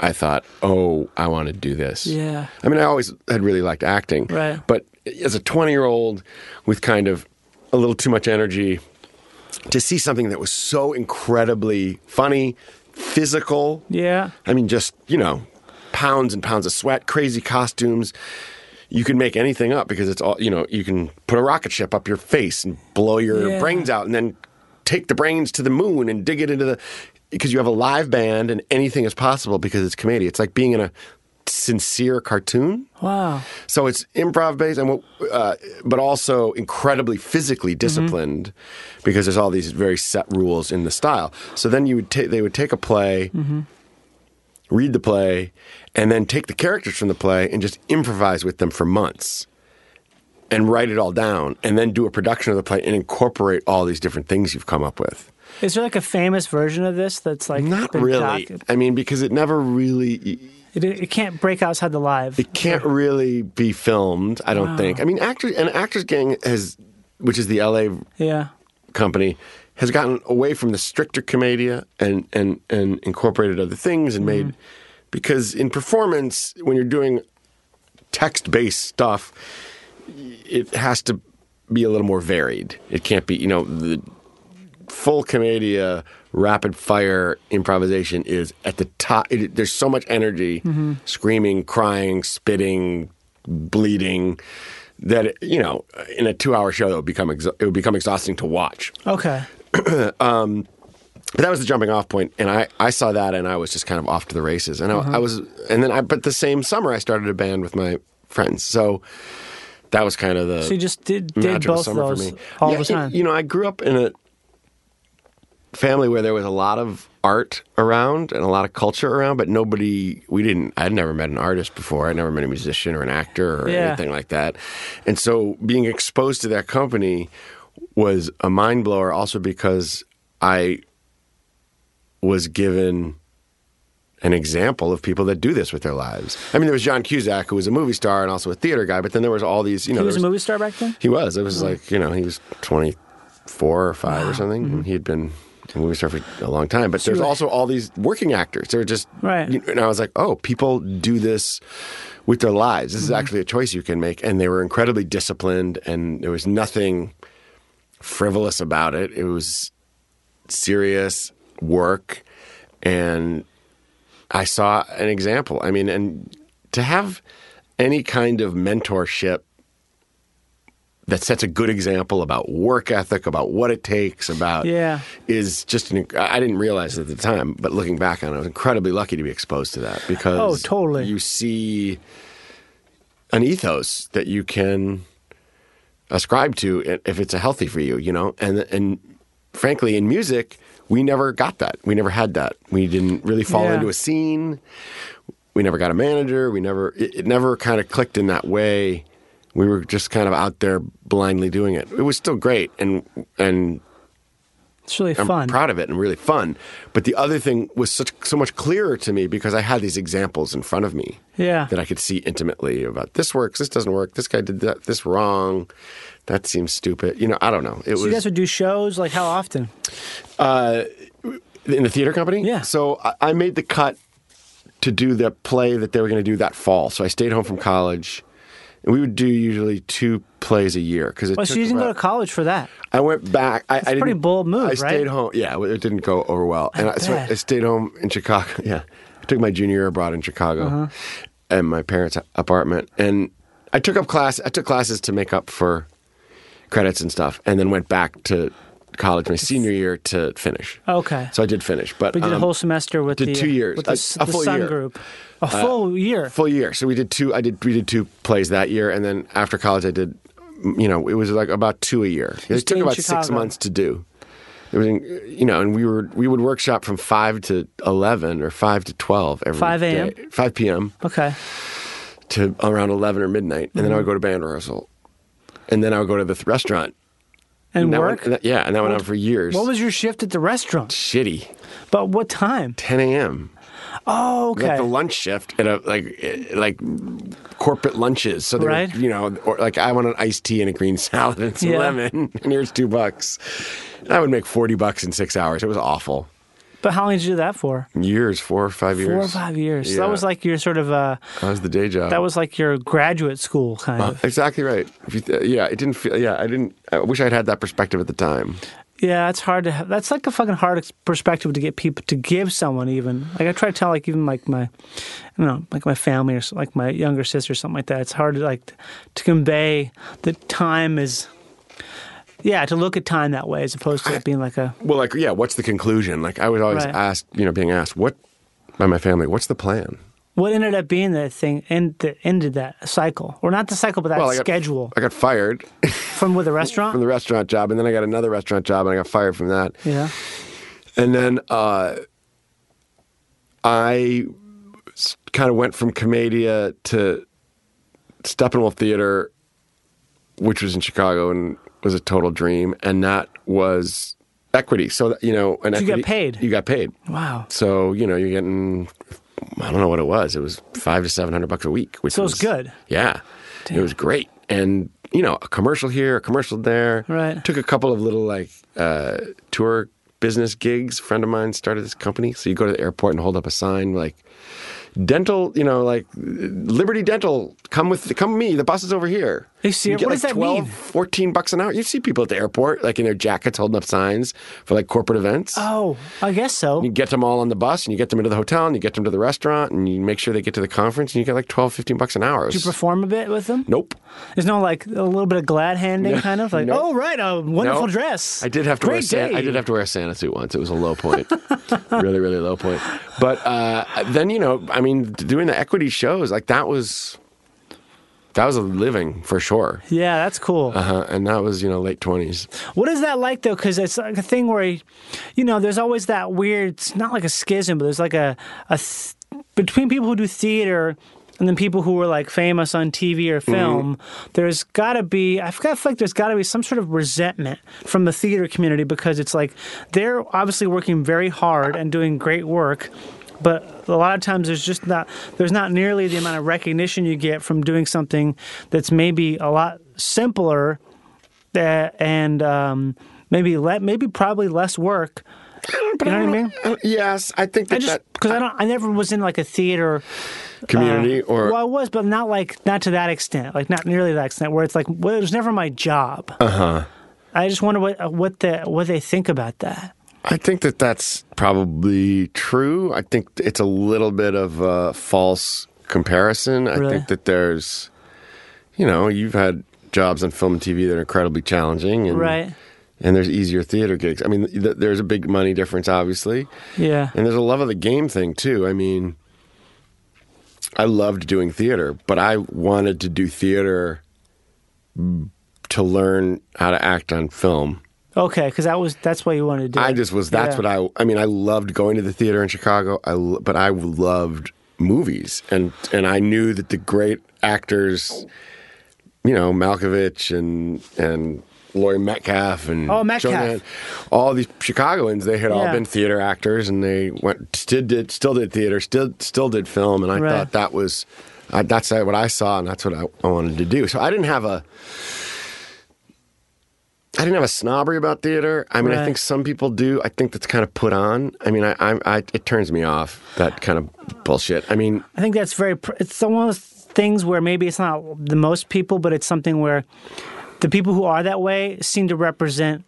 I thought, oh, I want to do this. Yeah. I mean, I always had really liked acting, Right. But as a twenty year old with kind of a little too much energy, to see something that was so incredibly funny, physical, Yeah. I mean, just, you know, pounds and pounds of sweat, crazy costumes. You can make anything up because it's all, you know, you can put a rocket ship up your face and blow your Yeah. brains out and then take the brains to the moon and dig it into the. Because you have a live band and anything is possible because it's comedy. It's like being in a sincere cartoon. Wow. So it's improv based, and what, uh, but also incredibly physically disciplined because there's all these very set rules in the style. So then you would ta- they would take a play, read the play, and then take the characters from the play and just improvise with them for months. And write it all down, and then do a production of the play and incorporate all these different things you've come up with. Is there like a famous version of this that's like Not been really. doc- I mean, because it never really It, it can't break outside the live. It can't really be filmed, I don't think. I mean, actors and Actors Gang has, which is the LA yeah. company, has gotten away from the stricter commedia and and and incorporated other things and made because in performance when you're doing text based stuff, it has to be a little more varied. It can't be you know the full commedia rapid fire improvisation is at the top it, there's so much energy screaming crying spitting bleeding that it, you know in a 2 hour show it would become exa- it would become exhausting to watch Okay. but that was the jumping off point and I, I saw that and i was just kind of off to the races and I, I was and then i but the same summer i started a band with my friends so that was kind of the So you just did, did magical both summer for those me. all Yeah, the you- time. You know, I grew up in a family where there was a lot of art around and a lot of culture around, but nobody. We didn't. I'd never met an artist before. I'd never met a musician or an actor or Yeah. anything like that. And so, being exposed to that company was a mind blower. Also because I was given an example of people that do this with their lives. I mean, there was John Cusack, who was a movie star and also a theater guy, but then there was all these, you know, he was, there a movie star back then. He was. It was like you know, he was twenty four or five or something. and He had been a movie star for a long time, but there's you're- also all these working actors. They're just Right. you know, and I was like, oh, people do this with their lives. This is actually a choice you can make, and they were incredibly disciplined, and there was nothing frivolous about it. It was serious work, and I saw an example. I mean, and to have any kind of mentorship that sets a good example about work ethic, about what it takes, about Yeah. is just an, I didn't realize it at the time, but looking back on it, I was incredibly lucky to be exposed to that because Oh, totally. you see an ethos that you can ascribe to i- if it's a healthy for you, you know, and and frankly, in music, we never got that. We never had that. We didn't really fall Yeah. into a scene. We never got a manager. We never it, it never kind of clicked in that way. We were just kind of out there blindly doing it. It was still great and and It's really I'm fun. proud of it and really fun. But the other thing was such so much clearer to me because I had these examples in front of me Yeah. that I could see intimately about this works, this doesn't work, this guy did that, this wrong, that seems stupid. You know, I don't know. It so you was guys would do shows like how often? in the theater company. Yeah. So I, I made the cut to do the play that they were going to do that fall. So I stayed home from college. And we would do usually two plays a year because Well, Oh, so you didn't go to college for that. I went back. I, I a pretty didn't- bold move, I right? stayed home. Yeah, well, it didn't go over well, and I, so bet. I stayed home in Chicago. Yeah, I took my junior year abroad in Chicago, Uh-huh. and my parents' apartment, and I took up class. I took classes to make up for credits and stuff, and then went back to college my senior year to finish. Okay. So I did finish, but Oh. We did a um, whole semester with did the two years. with the, A- s- a the full Sun year. Uh, Group. A full year. full year. So we did two. I did we did two plays that year, and then after college, I did. mm, You know, it was like about two a year. It stayed took in about six Chicago. months to do. It was, in- you know, and we were we would workshop from five to eleven or five to twelve every 5 a.m.? day. five p.m. Okay. to around eleven or midnight, and then I Mm-hmm. would go to band rehearsal, and then I would go to the th- restaurant And, that work. Went, that- yeah, and that went on for years. what was your shift at the restaurant? shitty? But what time? Ten a.m. Oh, like okay. the lunch shift at a like eh, like corporate lunches. So they're Right. you know, or like I want an iced tea and a green salad and some Yeah. lemon, and here's two bucks. And I would make forty bucks in six hours. It was awful. but how long did you do that for? Years, four or five years. Four or five years. So that Yeah. was like your sort of uh, That was the day job. Uh, that was like your graduate school kind of. exactly right. If you th- yeah, it didn't feel. Yeah, I didn't. I wish I'd had that perspective at the time. Yeah, it's hard to. Have, that's like a fucking hard ex- perspective to get people to give someone. Even like I try to tell like even like my, you know, like my family or s- like my younger sister or something like that. It's hard to like to convey that time is. Yeah, to look at time that way as opposed to it being like a Well, like yeah, what's the conclusion? Like I was always Right. asked, you know, being asked what by my family, what's the plan? what ended up being the thing and that ended that cycle or not the cycle but that Well, I got- schedule I got fired from with a restaurant. from the restaurant job, and then I got another restaurant job, and I got fired from that. yeah, And then uh, I kind of went from Commedia to Steppenwolf Theater, which was in Chicago and was a total dream. And that was equity. So, that, you know, and So you got equity- paid? You got paid. wow. So, you know, you're getting, I don't know what it was. It was five to 700 bucks a week. Which So it was was good. Yeah. It was great. And, you know, a commercial here, a commercial there. Right. Took a couple of little like uh, tour business gigs. A friend of mine started this company. So you go to the airport and hold up a sign like dental, you know, like Liberty Dental, come with come with me. The bus is over here. You see, get, what does that mean? 14 bucks an hour. You see people at the airport like in their jackets holding up signs for like corporate events. Oh, I guess so. You get them all on the bus and you get them into the hotel and you get them to the restaurant and you make sure they get to the conference and you get like 12, 15 bucks an hour. It Did you was- perform a bit with them? nope. There's no like a little bit of glad handing kind of like, No. oh right, a wonderful No. dress. I did have to wear a Great Santa, I day. did have to wear a Santa suit once. It was a low point. really, really low point. But uh, then, you know, I mean, doing the equity shows, like that was that was a living for sure. Yeah, that's cool. Uh, and that was, you know, late 20s. What is that like though? Because it's like a thing where, you know, there's always that weird. It's not like a schism, but there's like a a th- between people who do theater. And then people who were like famous on TV or film, there's got to be, I've got like there's got to be some sort of resentment from the theater community because it's like they're obviously working very hard and doing great work, but a lot of times there's just not there's not nearly the amount of recognition you get from doing something that's maybe a lot simpler that and um, maybe let maybe probably less work. But You know I what I don't- mean? I don't- yes, I think that, I just that because I don't I never was in like a theater community or Uh, well, I was, but not like not to that extent, like not nearly that extent, where it's like well, it was never my job. Uh huh. Uh-huh. I just wonder what uh, what the what they think about that. I think that that's probably true. I think it's a little bit of a false comparison. I Really? think that there's, you know, you've had jobs on film and TV that are incredibly challenging, and, Right. And there's easier theater gigs. I mean, th- there's a big money difference, obviously, Yeah. and there's a love of the game thing too. I mean, I loved doing theater, but I wanted to do theater to learn how to act on film. Okay, because that was that's what you wanted to do. I just was. That's Yeah. what I. I mean, I loved going to the theater in Chicago. I lo- but I loved movies, and and I knew that the great actors, you know, Malkovich and and Laurie Metcalf and Oh, Metcalf. Joan- all these Chicagoans, they had all Yeah. been theater actors, and they went still did still did theater, still still did film, and I Right. thought that was. I, that's what I saw, and that's what I, I wanted to do. So I didn't have a, I didn't have a snobbery about theater. I mean, I Right. think some people do. I think that's kind of put on. I mean, I, I, I it turns me off that kind of bullshit. I mean, I think that's very. pr- It's one of those things where maybe it's not the most people, but it's something where the people who are that way seem to represent.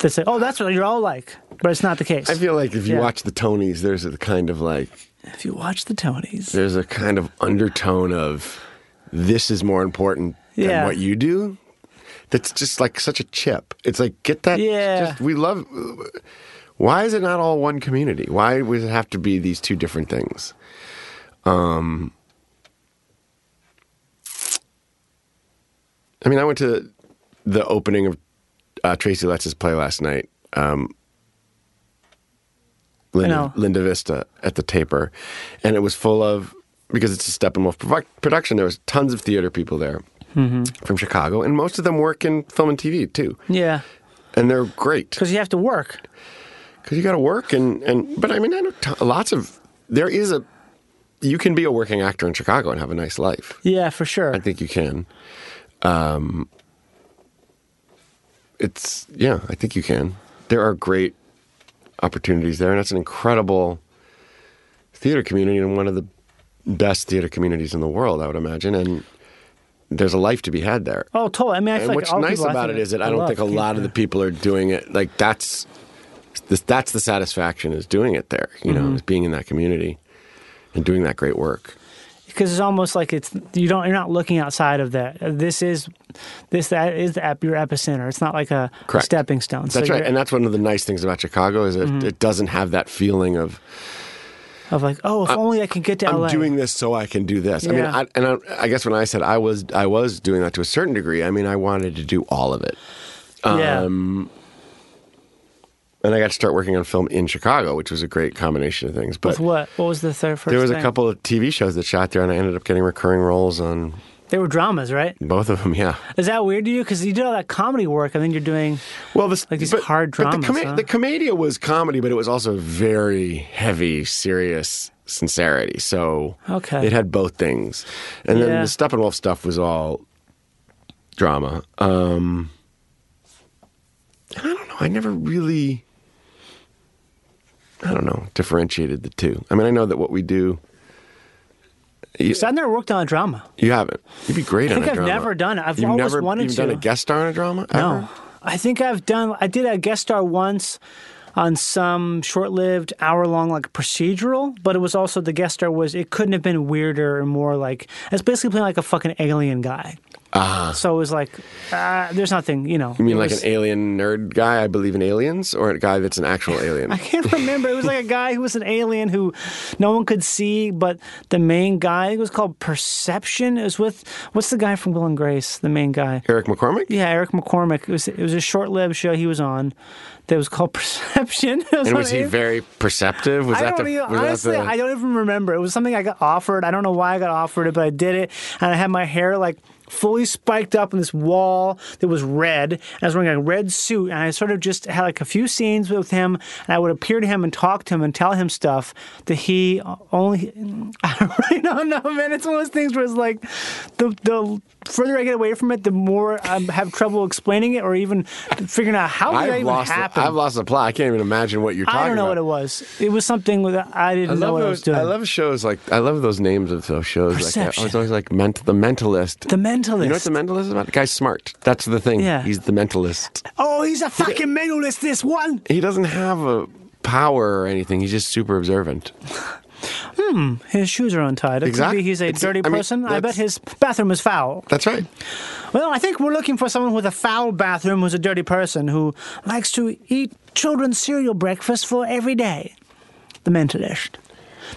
They say, "Oh, that's what you're all like," but it's not the case. I feel like if you Yeah. watch the Tonys, there's a kind of like if you watch the Tonys, there's a kind of undertone of this is more important than Yeah. what you do. That's just like such a chip. It's like get that. Yeah. Just, we love. Why is it not all one community? Why would it have to be these two different things? Um. I mean, I went to the opening of uh, Tracy Letts' play last night. Um, Linda, know. Linda Vista at the Taper, and it was full of because it's a Steppenwolf produ- production. There was tons of theater people there from Chicago, and most of them work in film and TV too, yeah, and they're great because you have to work. because you got to work and and. But I mean, I know t- lots of there is a you can be a working actor in Chicago and have a nice life. Yeah, for sure. I think you can. Um, it's yeah, I think you can. There are great opportunities there, and it's an incredible theater community and one of the best theater communities in the world, I would imagine. And there's a life to be had there. Oh, totally. I mean, I feel and like what's all nice people, I about it think, is that I don't love think a theater. lot of the people are doing it. Like that's this, that's the satisfaction is doing it there. You Mm-hmm. know, is being in that community and doing that great work. because it's almost like it's you don't you're not looking outside of that. This is this that is the ep, your epicenter. It's not like a, a Correct. stepping stone. That's right, you're- and that's one of the nice things about Chicago is it, Mm-hmm. it doesn't have that feeling of of like, oh, if only I can get to I'm LA. doing this so I can do this. I mean, Yeah. I, and I, I guess when I said I was I was doing that to a certain degree, I mean I wanted to do all of it, yeah. um, and I got to start working on film in Chicago, which was a great combination of things. But With what? What was the third? First there was a thing? couple of TV shows that shot there, and I ended up getting recurring roles on They were dramas, right? both of them. Yeah. Is that weird to you? Because you did all that comedy work, and then you're doing Well, this, Like these hard dramas, But the, huh? the Commedia was comedy, but it was also very heavy, serious sincerity. So Okay. it had both things, and then Yeah. the Steppenwolf stuff was all drama. Um, and I don't know. I never really, I don't know, differentiated the two. I mean, I know that what we do. You, So I've never worked on a drama. you haven't. You'd be great I think on a I've drama. never done it. I've You've always never wanted even done to. a guest star on a drama. No, Ever? I think I've done. I did a guest star once on some short-lived hour-long like procedural, but it was also the guest star was. It couldn't have been weirder and more like. It's basically playing like a fucking alien guy. Ah. So it was like, uh, there's nothing, you know. You mean like was, an alien nerd guy? I believe in aliens, or a guy that's an actual alien. I can't remember. It was like a guy who was an alien who no one could see, but the main guy it was called Perception. It was with what's the guy from Will and Grace? The main guy. Eric McCormick. Yeah, Eric McCormick. It was it was a short-lived show he was on that was called Perception. It And on was he A- very perceptive? Was I that don't the? even, was that honestly, the- I don't even remember. It was something I got offered. I don't know why I got offered it, but I did it, and I had my hair like fully spiked up in this wall that was red. I was wearing a red suit, and I sort of just had like a few scenes with him, and I would appear to him and talk to him and tell him stuff that he only. I really don't know, man. It's one of those things where it's like the the further I get away from it, the more I have trouble explaining it or even figuring out how did that I've even lost. The, happen. I've lost the plot. I can't even imagine what you're talking I about. don't know what it was. It was something with I didn't know what those, I was doing. I love shows like I love those names of those shows. Like, I Perception. was always like mental, the mentalist. the mentalist. You know what the mentalist is about? The guy's smart. That's the thing. Yeah. He's the mentalist. oh, he's a fucking mentalist. This one. He doesn't have a power or anything. He's just super observant. His shoes are untied. It Exact- could be he's a it's- dirty I mean, person. I bet that's- his bathroom is foul. That's right. Well, I think we're looking for someone with a foul bathroom who's a dirty person who likes to eat children's cereal breakfast for every day. The mentalist.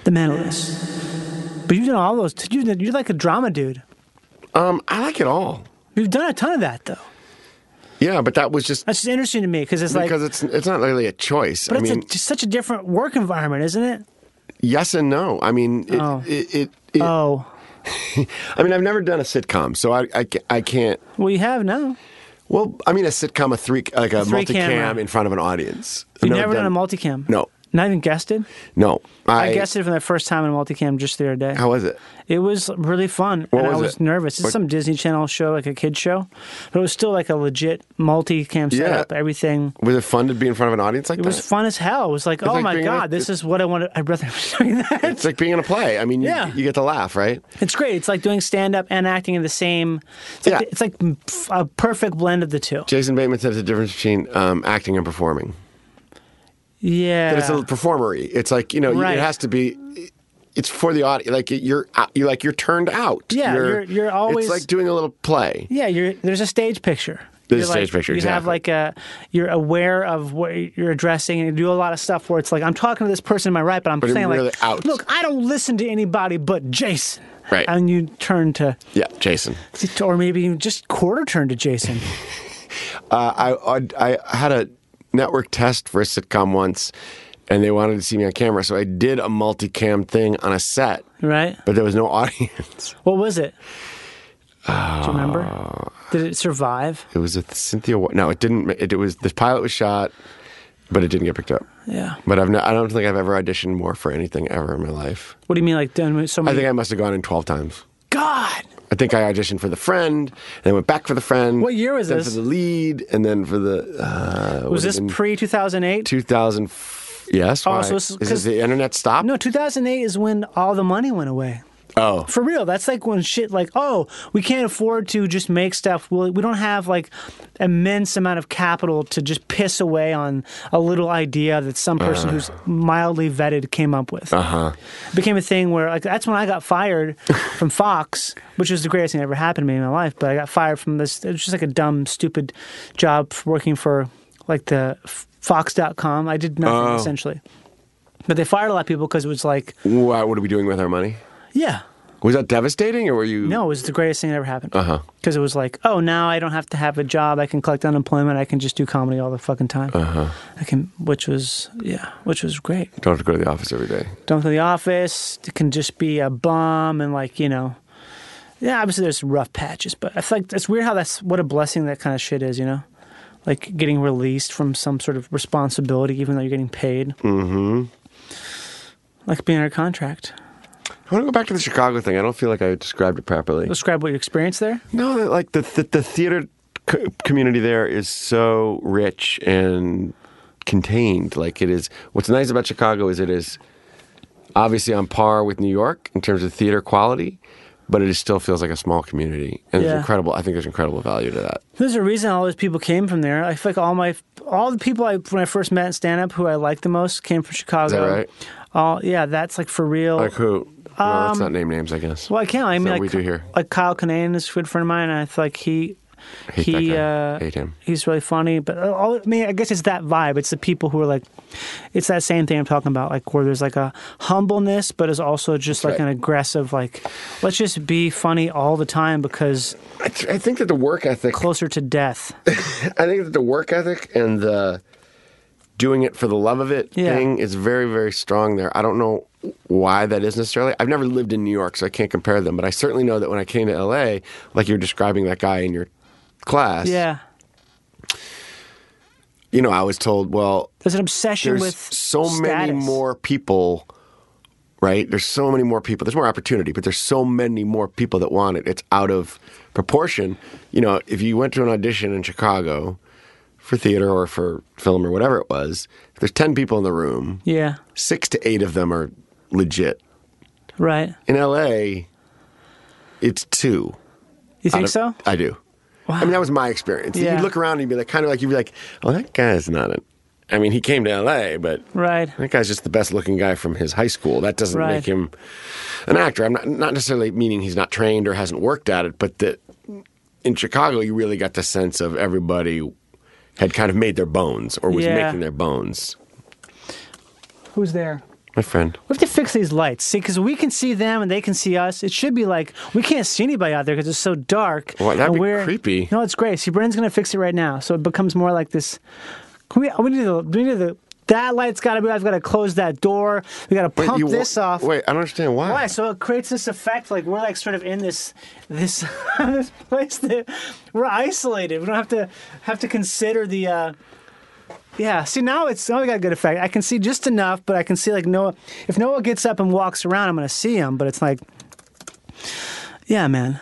The mentalist. But you've done all those. you you're like a drama dude. Um, I like it all. You've done a ton of that, though. Yeah, but that was just That's just interesting to me because it's like. because it's it's not really a choice. but I it's mean, a, just such a different work environment, isn't it? yes and no. I mean, it, Oh. it, it, it- Oh. I mean, I've never done a sitcom, so I, I, ca- I can't. Well, you have now. Well, I mean, a sitcom, a three, like a Three multicam camera. in front of an audience. I've You've never, done, a multicam? No. Not even guested? No, I, guessed it for the first time in multicam just the other day. How was it? It was really fun, What and I was was it? nervous. What- It's some Disney Channel show, like a kid show, but it was still like a legit multi-cam Yeah. setup. Everything. Was it fun to be in front of an audience like It that? was fun as hell. It was like, oh like my being in a- god, this is what I wanted. I'd rather be doing that. It's like being in a play. I mean, you, Yeah. you get to laugh, right? It's great. It's like doing stand-up and acting in the same. It's like, Yeah. it's like pff, a perfect blend of the two. Jason Bateman said the difference between um, acting and performing. Yeah. That it's a little performery. It's like you know, you- Right. it has to be. It's for the audience. Like you're, you like you're turned out. Yeah, you're- you're always- It's like doing a little play. Yeah, you're, there's a stage picture. There's You're a stage picture, You have exactly. like a, you're aware of what you're addressing, and you do a lot of stuff where it's like, I'm talking to this person, am I right? But I'm But it saying really like, outs. look, I don't listen to anybody but Jason. Right. And you turn to, Yeah, Jason. or maybe you just quarter turn to Jason. Uh, I, I I had a network test for a sitcom once, and they wanted to see me on camera, so I did a multicam thing on a set, right. but there was no audience. What was it? do you remember? Uh. Did it survive? It was a Cynthia. Wa- No, it didn't. ma- It, it was the pilot was shot, but it didn't get picked up. Yeah. But I've not, I don't think I've ever auditioned more for anything ever in my life. What do you mean, like done with so I many? think I must have gone in twelve times. God. I think I auditioned for the friend, and then went back for the friend. What year was then this? For the lead, and then for the uh, Was this pre 2008? two thousand? Yes. Oh, why? so this is- is 'cause- this the internet stop? No, 2008 is when all the money went away. Oh, For real, that's like when shit like, oh, we can't afford to just make stuff. Well, we don't have like immense amount of capital to just piss away on a little idea that some person who's Uh. mildly vetted came up with. Uh Uh-huh. huh. Became a thing where like that's when I got fired from Fox, which was the greatest thing that ever happened to me in my life. But I got fired from this. It was just like a dumb, stupid job for working for like the F- Fox.com. I did nothing Oh. essentially. But they fired a lot of people because it was like, what, what are we doing with our money? yeah, Was that devastating, or were you? no, it was the greatest thing that ever happened. Uh-huh. Because it was like, oh, now I don't have to have a job. I can collect unemployment. I can just do comedy all the fucking time. Uh-huh. I can, which was yeah, which was great. Don't have to go to the office every day. Don't go to the office. It can just be a bum and like you know, yeah. Obviously, there's rough patches, but I feel like it's weird how that's what a blessing that kind of shit is. You know, like getting released from some sort of responsibility, even though you're getting paid. Mm-hmm. Like being under contract. I want to go back to the Chicago thing. I don't feel like I described it properly. Describe what you experienced there. No, that, like the the, the theater co- community there is so rich and contained. Like it is. What's nice about Chicago is it is obviously on par with New York in terms of theater quality, but it is still feels like a small community, and Yeah. it's incredible. I think there's incredible value to that. There's a reason all those people came from there. I feel like all my all the people I when I first met in stand up who I liked the most came from Chicago. Is that right? All yeah, that's like for real. Like who? well, let's not name names, I guess. well, I can't. I Is mean, that like, what we do here? like Kyle Kinane is a good friend of mine. And I feel like he Hate that he guy. uh, Hate him. He's really funny, but uh, all, I mean, I guess it's that vibe. It's the people who are like, it's that same thing I'm talking about, like where there's like a humbleness, but it's also just like right. an aggressive, like let's just be funny all the time because I, th- I think that the work ethic closer to death. I think that the work ethic and the doing it for the love of it Yeah. thing is very, very strong there. I don't know why that is necessarily. I've never lived in New York, so I can't compare them. But I certainly know that when I came to LA, like you were describing that guy in your class, Yeah. you know, I was told, well, There's an obsession there's with so many status. more people right there's so many more people there's more opportunity but there's so many more people that want it it's out of proportion you know if you went to an audition in chicago for theater or for film or whatever it was if there's 10 people in the room Yeah. six to eight of them are legit Right. in la it's two You think out so? of- I do. I mean, that was my experience. Yeah. You'd look around and you'd be like, kind of like, you'd be like, well, that guy's not an. I mean, he came to LA, but Right. that guy's just the best looking guy from his high school. That doesn't Right. make him an actor. I'm not, not necessarily meaning he's not trained or hasn't worked at it, but that in Chicago, you really got the sense of everybody had kind of made their bones or was Yeah. making their bones. Who's there? My friend. We have to fix these lights, see, because we can see them and they can see us. It should be like we can't see anybody out there because it's so dark. Boy, that'd and be we're- creepy. No, it's great. See, Brennan's gonna fix it right now, so it becomes more like this. Can we, we need to. We need to. That light's gotta be. I've gotta close that door. We gotta Wait, pump you wa- this off. Wait, I don't understand why. Why? So it creates this effect, like we're like sort of in this this this place that we're isolated. We don't have to have to consider the. uh Yeah. See, now it's now we got a good effect. I can see just enough, but I can see like Noah. If Noah gets up and walks around, I'm gonna see him. But it's like, yeah, man.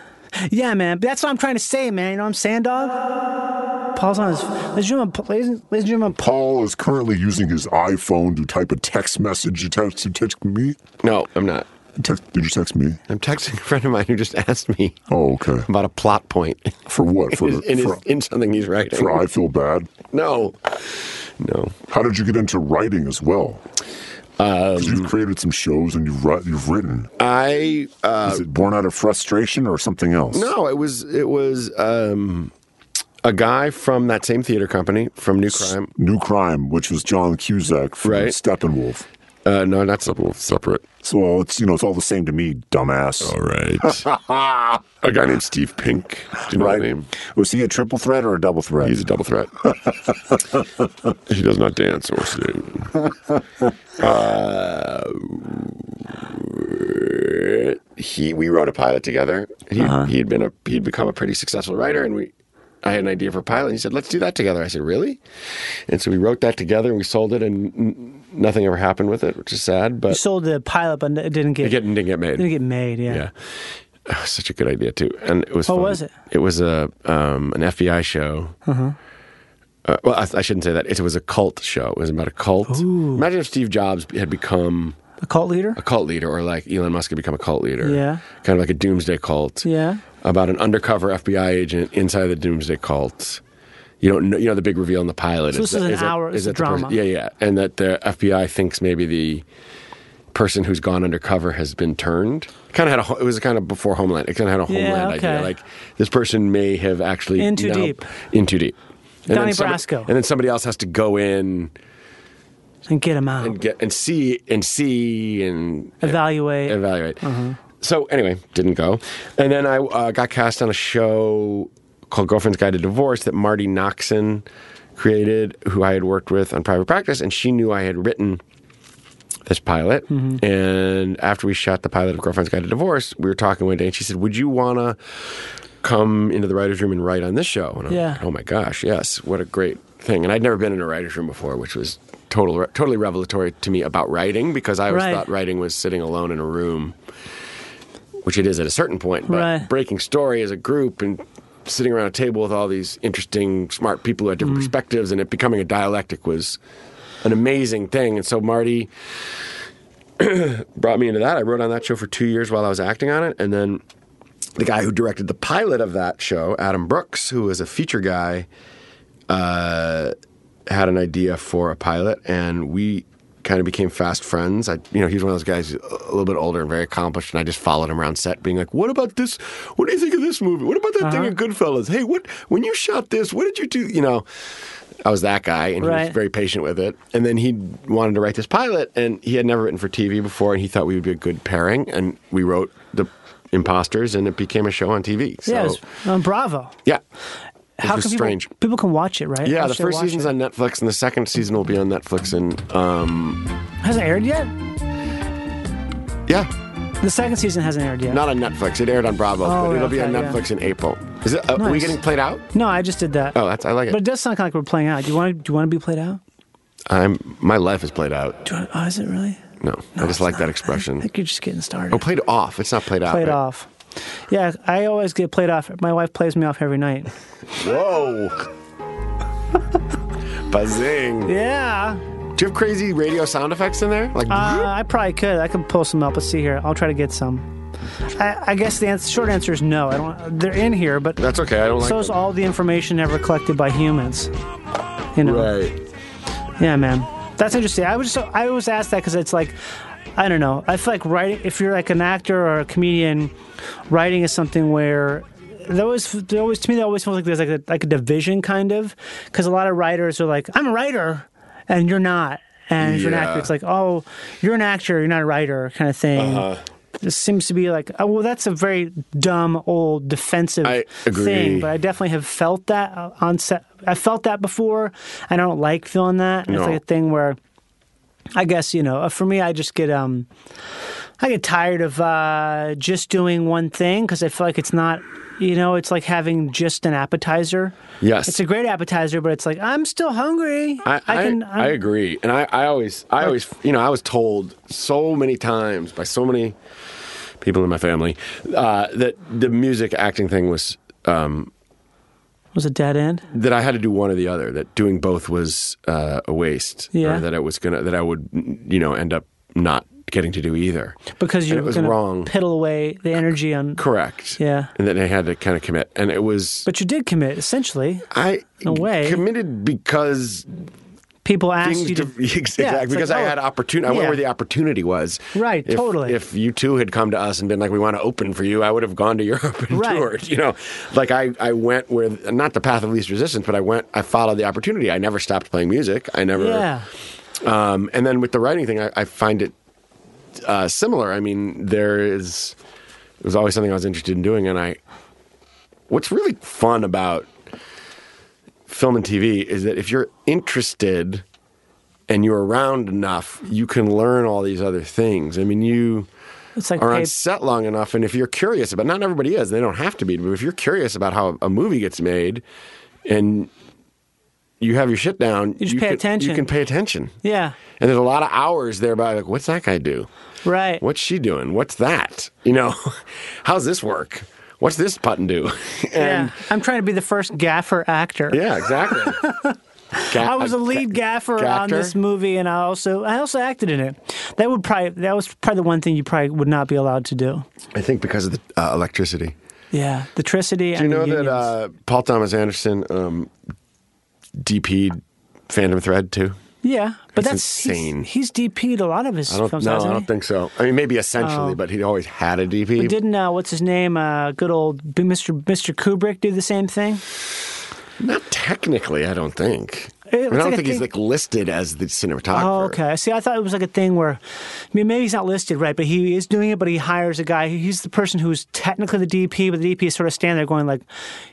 Yeah, man. But that's what I'm trying to say, man. You know what I'm saying, dog? Paul's on his. Ladies and gentlemen, Paul- ladies and ladies and gentlemen, Paul. Paul is currently using his iPhone to type a text message. You text, you text me? No, I'm not. Text, did you text me? I'm texting a friend of mine who just asked me Oh, okay. about a plot point. For what? For, in, his- in his- for, in something he's writing. for I Feel Bad? No, no. How did you get into writing as well? Uh, 'Cause you've created some shows and you've, writ- you've written. I uh, Is it born out of frustration or something else? no. It was it was um, a guy from that same theater company from New Crime. New Crime, which was John Cusack from Right. Steppenwolf. Uh, no, not so. Well, separate. So it's you know it's all the same to me, dumbass. All right. a guy named Steve Pink. Do you know right? his name? Was he a triple threat or a double threat? He's a double threat. he does not dance or sing. He we wrote a pilot together. He Uh-huh. he had been a he'd become a pretty successful writer, and we. I had an idea for a pilot. And he said, "Let's do that together." I said, "Really?" And so we wrote that together, and we sold it, and n- nothing ever happened with it, which is sad. You But sold the pilot, but it didn't get it didn't didn't get made. didn't get made. Yeah. It was such a good idea too, and it was. What fun. was it? Mm-hmm. It was a um, an FBI show. Uh, well, I, I shouldn't say that. It was a cult show. It was about a cult. Imagine if Steve Jobs had become A cult leader. a cult leader, or like Elon Musk had become a cult leader. Yeah. kind of like a doomsday cult. Yeah. about an undercover FBI agent inside the doomsday cult. You don't know. You know the big reveal in the pilot. So this is that- an that- hour- it's a that the person- drama. yeah, yeah, and that the FBI thinks maybe the person who's gone undercover has been turned. Kind of had a. ho- It was kind of before Homeland. It kind of had a Yeah, Homeland okay. idea. Like this person may have actually In too now- deep. In too deep. then Donnie somebody- Brasco. and then somebody else has to go in and get him out. and get and see and see and evaluate. evaluate. So anyway, didn't go, and then I uh, got cast on a show called Girlfriend's Guide to Divorce that Marty Noxon created, who I had worked with on Private Practice, and she knew I had written this pilot. And after we shot the pilot of Girlfriend's Guide to Divorce, we were talking one day, and she said, "Would you wanna?" Come into the writers' room and write on this show, and I'm Yeah. like, "Oh my gosh, yes! What a great thing!" And I'd never been in a writers' room before, which was total, totally revelatory to me about writing because I always Right. thought writing was sitting alone in a room, which it is at a certain point. But Right. breaking story as a group and sitting around a table with all these interesting, smart people who had Mm. different perspectives and it becoming a dialectic was an amazing thing. And so Marty brought me into that. I wrote on that show for two years while I was acting on it, and then the guy who directed the pilot of that show, Adam Brooks, who was a feature guy, uh, had an idea for a pilot, and we kind of became fast friends. I, you know, he's one of those guys who's a little bit older and very accomplished, and I just followed him around set, being like, "What about this? What do you think of this movie? What about that thing in Goodfellas? Hey, what when you shot this? What did you do? You know." I was that guy, and he was Right. very patient with it. And then he wanted to write this pilot, and he had never written for TV before, and he thought we would be a good pairing. And we wrote the Imposters, and it became a show on TV. So, yeah, it was on Bravo. yeah. How was can strange. People, people can watch it, right? Yeah, How the should they first watch season's it? on uh, Netflix, and the second season will be on Netflix. And um, hasn't aired yet. Yeah, The second season hasn't aired yet. not on Netflix. It aired on Bravo, Oh, but yeah, it'll be on okay, yeah. Netflix in April. Is it? Uh, Are we Nice. getting played out? no, I just did that. Oh, that's I like it. But it does sound kind of like we're playing out. Do you want to? Do you want to be played out? I'm my life is played out. Do you want, oh, is it really? No, I just like that expression. I think you're just getting started. Oh, played off. It's not played out. played right? off. Yeah, I always get played off. My wife plays me off every night. Whoa. Oh! Buzzing. Yeah, Do you have crazy radio sound effects in there? Like, uh, I probably could. I could pull some up. Let's see here. I'll try to get some. I, I guess the answer, short answer is no. I don't. They're in here, but that's okay. I don't like so is them. all the information ever collected by humans. You know. Yeah, man. That's interesting. I was just, I always ask that because it's like, I don't know. I feel like writing. If you're like an actor or a comedian, writing is something where there always, there always to me, there always feels like there's like a, like a division kind of because a lot of writers are like, I'm a writer, and you're not. And if you're an Yeah. actor, it's like, oh, you're an actor, you're not a writer, kind of thing. Uh-huh. This seems to be like, oh, well, that's a very dumb, old, defensive I agree. thing. But I definitely have felt that uh, on set. I felt that before, and I don't like feeling that. And It's No. like a thing where, I guess you know, uh, for me, I just get um, I get tired of uh, just doing one thing because I feel like it's not, you know, it's like having just an appetizer. Yes. It's a great appetizer, but it's like I'm still hungry. I, I, I, I'm- agree. And I, I always, I always, you know, I was told so many times by so many people in my family uh, that the music acting thing was, was a dead end. that I had to do one or the other, that doing both was uh, a waste. Yeah. Or that it was going to, that I would, you know, end up not getting to do either. because And you're it was gonna wrong. piddle away the energy on. Correct. Yeah. And then I had to kind of commit. And it was, But you did commit essentially. I No way. committed because People asked things you to. to, exactly Yeah, it's because like, I oh, had opportunity. I went yeah. where the opportunity was. Right, If- totally. If you two had come to us and been like, "We want to open for you," I would have gone to Europe and Right. toured. You know, like I, I went where not the path of least resistance, but I went. I followed the opportunity. I never stopped playing music. I never. Yeah. Um, and then with the writing thing, I, I find it uh, similar. I mean, there is it was always something I was interested in doing, and I. What's really fun about film and TV is that if you're interested and you're around enough, you can learn all these other things. I mean, you It's like are on paid- set long enough, and if you're curious about not everybody is, they don't have to be, but if you're curious about how a movie gets made, and you have your shit down, you just pay can, attention. You can pay attention. yeah, And there's a lot of hours there by like, what's that guy do? right. What's she doing? What's that? You know, how's this work? What's this button do? yeah. and I'm trying to be the first gaffer actor. yeah, exactly. Ga- I was a lead gaffer on Gaffer? this movie, and I also I also acted in it. That would probably that was probably the one thing you probably would not be allowed to do. I think because of the uh, electricity. Yeah, the tricity. Do you know that uh, Paul Thomas Anderson um, DP'd Phantom Thread too? yeah, but that's that's he's- insane. He's, DP'd a lot of his I don't films. no, hasn't I he? don't think so. I mean, maybe essentially, but he always had a DP. But didn't uh, what's his name? Uh, good old B- Mr. Mr. Kubrick do the same thing. Not technically, I don't think. It I, mean, I looks don't like a think he's thing- like listed as the cinematographer. Oh, okay. See, I thought it was like a thing where, I mean, maybe he's not listed, right? But he is doing it. But he hires a guy. He's the person who's technically the DP, but the DP is sort of standing there going like,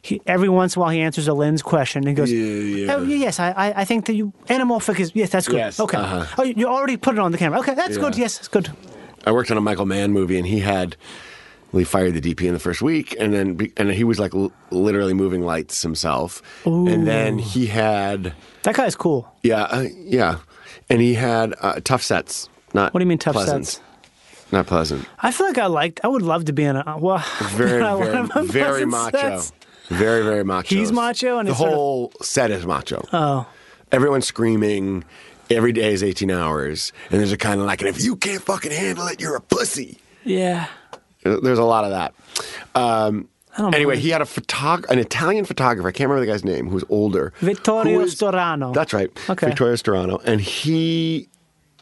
he, every once in a while he answers a lens question and he goes, yeah. "Oh, yes, I, I, I think that you anamorphic is yes, that's good. Yes, okay. uh-huh. Oh, you you already put it on the camera. Okay, that's good. Yeah. Yes, it's good. I worked on a Michael Mann movie, and he had we fired the DP in the first week, and then be- and he was like l- literally moving lights himself, and then he had That guy's cool. yeah uh, yeah, and he had uh, tough sets. Not What do you mean tough pleasant. sets? Not pleasant. I feel like I liked. I would love to be in a well. Very I very love very pleasant macho. sets. Very very macho. He's macho and the it's sort of- whole set is macho. Oh. Everyone's screaming. Every day is 18 hours, and there's a kind of like, and if you can't fucking handle it, you're a pussy. Yeah. There's a lot of that. Um, don't anyway, mind. he had a photog- an Italian photographer. I can't remember the guy's name. Who's older? Vittorio who Storano. That's right. Okay. Vittorio Storano, and he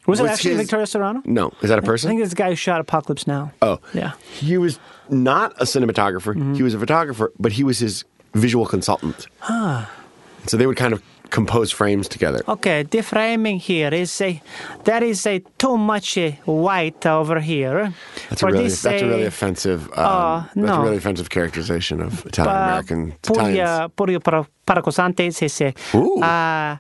Was, Was it actually his- Victoria Serrano? no, is that a I person? think it's the guy who shot Apocalypse Now. oh, Yeah. Mm-hmm. He was not a cinematographer. He was a photographer, but he was his visual consultant. Ah. So they would kind of compose frames together. Okay, the framing here is a there is a too much uh, white over here. That's a For really this, that's a uh, really offensive. Um, uh, That's a no. really offensive characterization of Italian uh, American Italians. Puglia, Puglia para, para cosante, se se. Ooh. uh,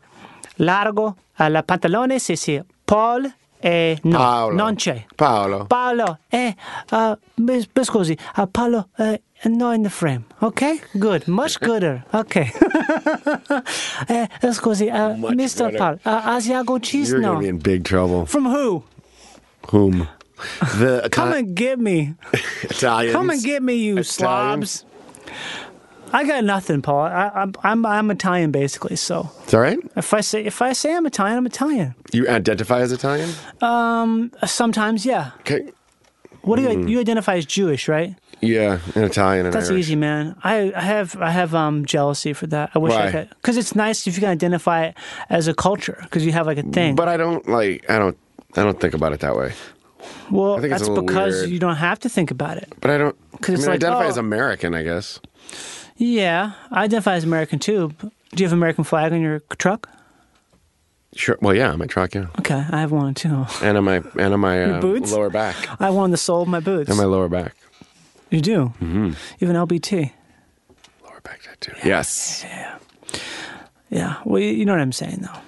largo, uh, la pantalones, se se. Paul, eh, no, Paolo. non c'è. Paolo. Paolo, eh, uh, mi, mi scusi, uh, Paolo, eh, no in the frame, ok? Good, much gooder, ok. eh, scusi, uh, Much Mr. Paolo, better. uh, Asiago cheese, You're no. gonna be in big trouble. From who? Whom? The Ita- Come and get me. Italians. Come and get me, you Italians. slobs. I got nothing, Paul. I, I'm, I'm, I'm Italian, basically, so. It's all right. If I say if I say I'm Italian, I'm Italian. Uh, You identify as Italian. Sometimes, yeah. Okay. What do you Mm-hmm. you identify as Jewish, right? Yeah, an Italian and That's Irish. easy, man. I, I have I have um jealousy for that. I wish Why? I could because it's nice if you can identify it as a culture because you have like a thing. Mm, But I don't like. I don't. I don't think about it that way. well, I think it's that's a little because weird. you don't have to think about it. But I don't. I 'Cause mean, it's I like, identify oh. as American, I guess. Yeah, I identify as American too. but Do you have an American flag on your truck? Sure. Well, yeah, on my truck, yeah, Okay, I have one too. and on my and on my um, boots? lower back, I have one on the sole of my boots. and my lower back, you do. Mm-hmm. You have an LBT. lower back tattoo. Yes. Yeah. Well, you you know what I'm saying, though.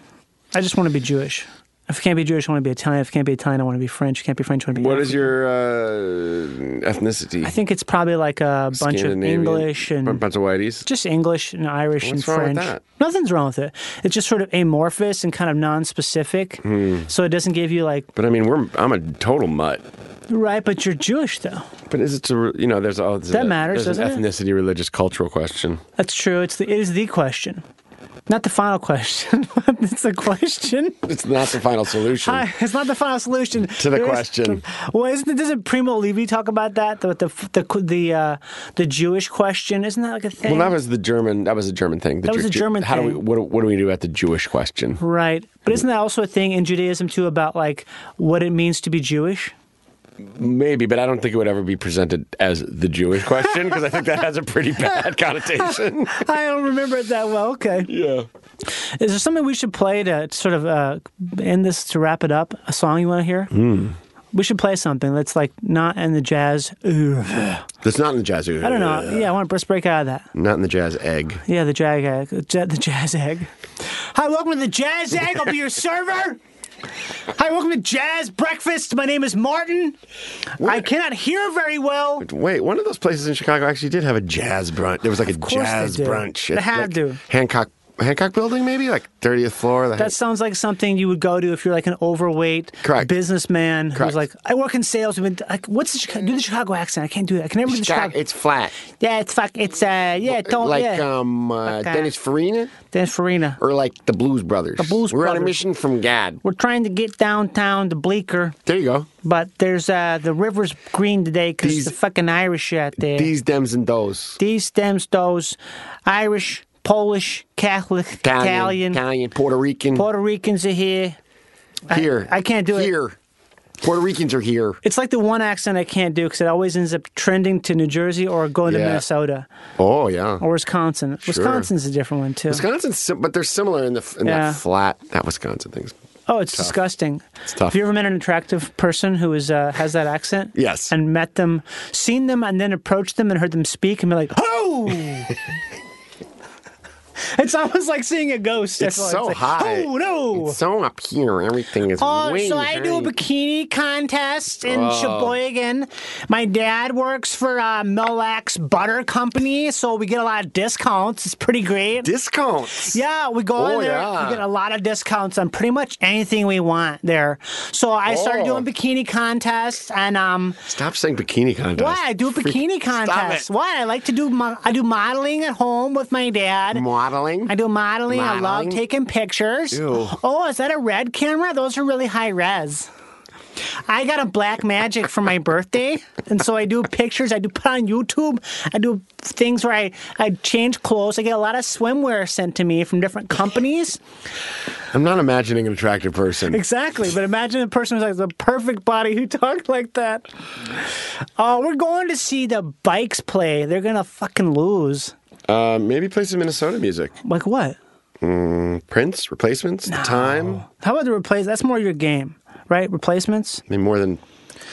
I just want to be Jewish. If I can't be Jewish, I want to be Italian. If I can't be Italian, I want to be French. If I can't be French, I want to be. What is African. your uh, ethnicity? I think it's probably like a bunch of Scandinavian? English Bu- and bunch of whiteys. just English and Irish and What's wrong with French. that? Nothing's wrong with it. It's just sort of amorphous and kind of non-specific, Hmm. so it doesn't give you like But I mean, we're I'm a total mutt. right. But you're Jewish, though. But is it a, you know there's all there's That a- matters, there's an doesn't it? ethnicity, religious, cultural question. That's true. It's the it is the question, not the final question. it's the question. It's not the final solution. Hi, it's not the final solution to the question. well, isn't doesn't Primo Levi talk about that? The the the the, uh, the Jewish question isn't that like a thing? Well, that was the German. That was a German thing. The That was a German how Do we, thing. what, do- what do we do about the Jewish question? right. But isn't that also a thing in Judaism too about like what it means to be Jewish? Maybe, but I don't think it would ever be presented as the Jewish question because I think that has a pretty bad connotation. I don't remember it that well. Okay. yeah. Is there something we should play to sort of uh, end this to wrap it up? A song you want to hear? We should play something that's like not in the jazz. Ugh. That's not in the jazz. I don't know. Yeah, I want to let's break out of that. Not in the jazz egg. Yeah, the jag egg, ja- the jazz egg. Hi, welcome to the jazz egg. I'll be your server. Hi, welcome to Jazz Breakfast. My name is Martin. I cannot hear very well. Wait, one of those places in Chicago actually did have a jazz brunch. There was like a course they jazz did. brunch. They at, had like, to. Hancock Hancock Building, maybe like 30th floor. The- That sounds like something you would go to if you're like an overweight Correct. businessman Correct. who's like, I work in sales. I've been, like, what's the Chicago, do the Chicago accent? I can't do that. I can never do the Chicago. it's flat, yeah, it's fuck. It's uh, yeah, don't like yeah. um uh, Like, uh, Dennis Farina Dan Farina. or like the Blues Brothers. The Blues We're on a Brothers. mission from God. We're trying to get downtown to Bleecker, There you go. but there's uh, the river's green today because These- the fucking Irish out there. These dems and those. these stems those Irish, Polish, Catholic, Italian, Italian, Italian, Puerto Rican. Puerto Ricans are here. here. I can't do it. Here. Puerto Ricans are here. It's like the one accent I can't do because it always ends up trending to New Jersey or going to Yeah. Minnesota Oh yeah. or Wisconsin. Wisconsin's a different one too. Wisconsin's, sim- but they're similar in the in Yeah. that flat that Wisconsin things. oh, it's disgusting. It's tough. Have you ever met an attractive person who is uh, has that accent? Yes. And met them, seen them, and then approached them and heard them speak and be like, "Oh." It's almost like seeing a ghost. I It's feel like. so like, high. Oh no! It's so up here, everything is. Oh, way so I do a high. bikini contest in Oh. Sheboygan. My dad works for uh, Mille Lacs Butter Company, so we get a lot of discounts. It's pretty great. discounts. yeah, we go Oh, in there. yeah. We get a lot of discounts on pretty much anything we want there. So I started Oh. doing bikini contests, and um, Stop saying bikini contest. why I do a bikini contest? it. Why I like to do mo- I do modeling at home with my dad. Modeling. I do modeling. I love Modeling? taking pictures. Ew. Oh, is that a red camera? Those are really high res. I got a black magic for my birthday, and so I do pictures. I do put on YouTube. I do things where I, I change clothes. I get a lot of swimwear sent to me from different companies. I'm not imagining an attractive person. Exactly. But imagine a person who's like the perfect body who talked like that. Oh, we're going to see the bikes play. They're gonna fucking lose. Uh, maybe play some Minnesota music. Like what? Prince replacements. The time. How about the replace? That's more your game, right? Replacements. I mean, more than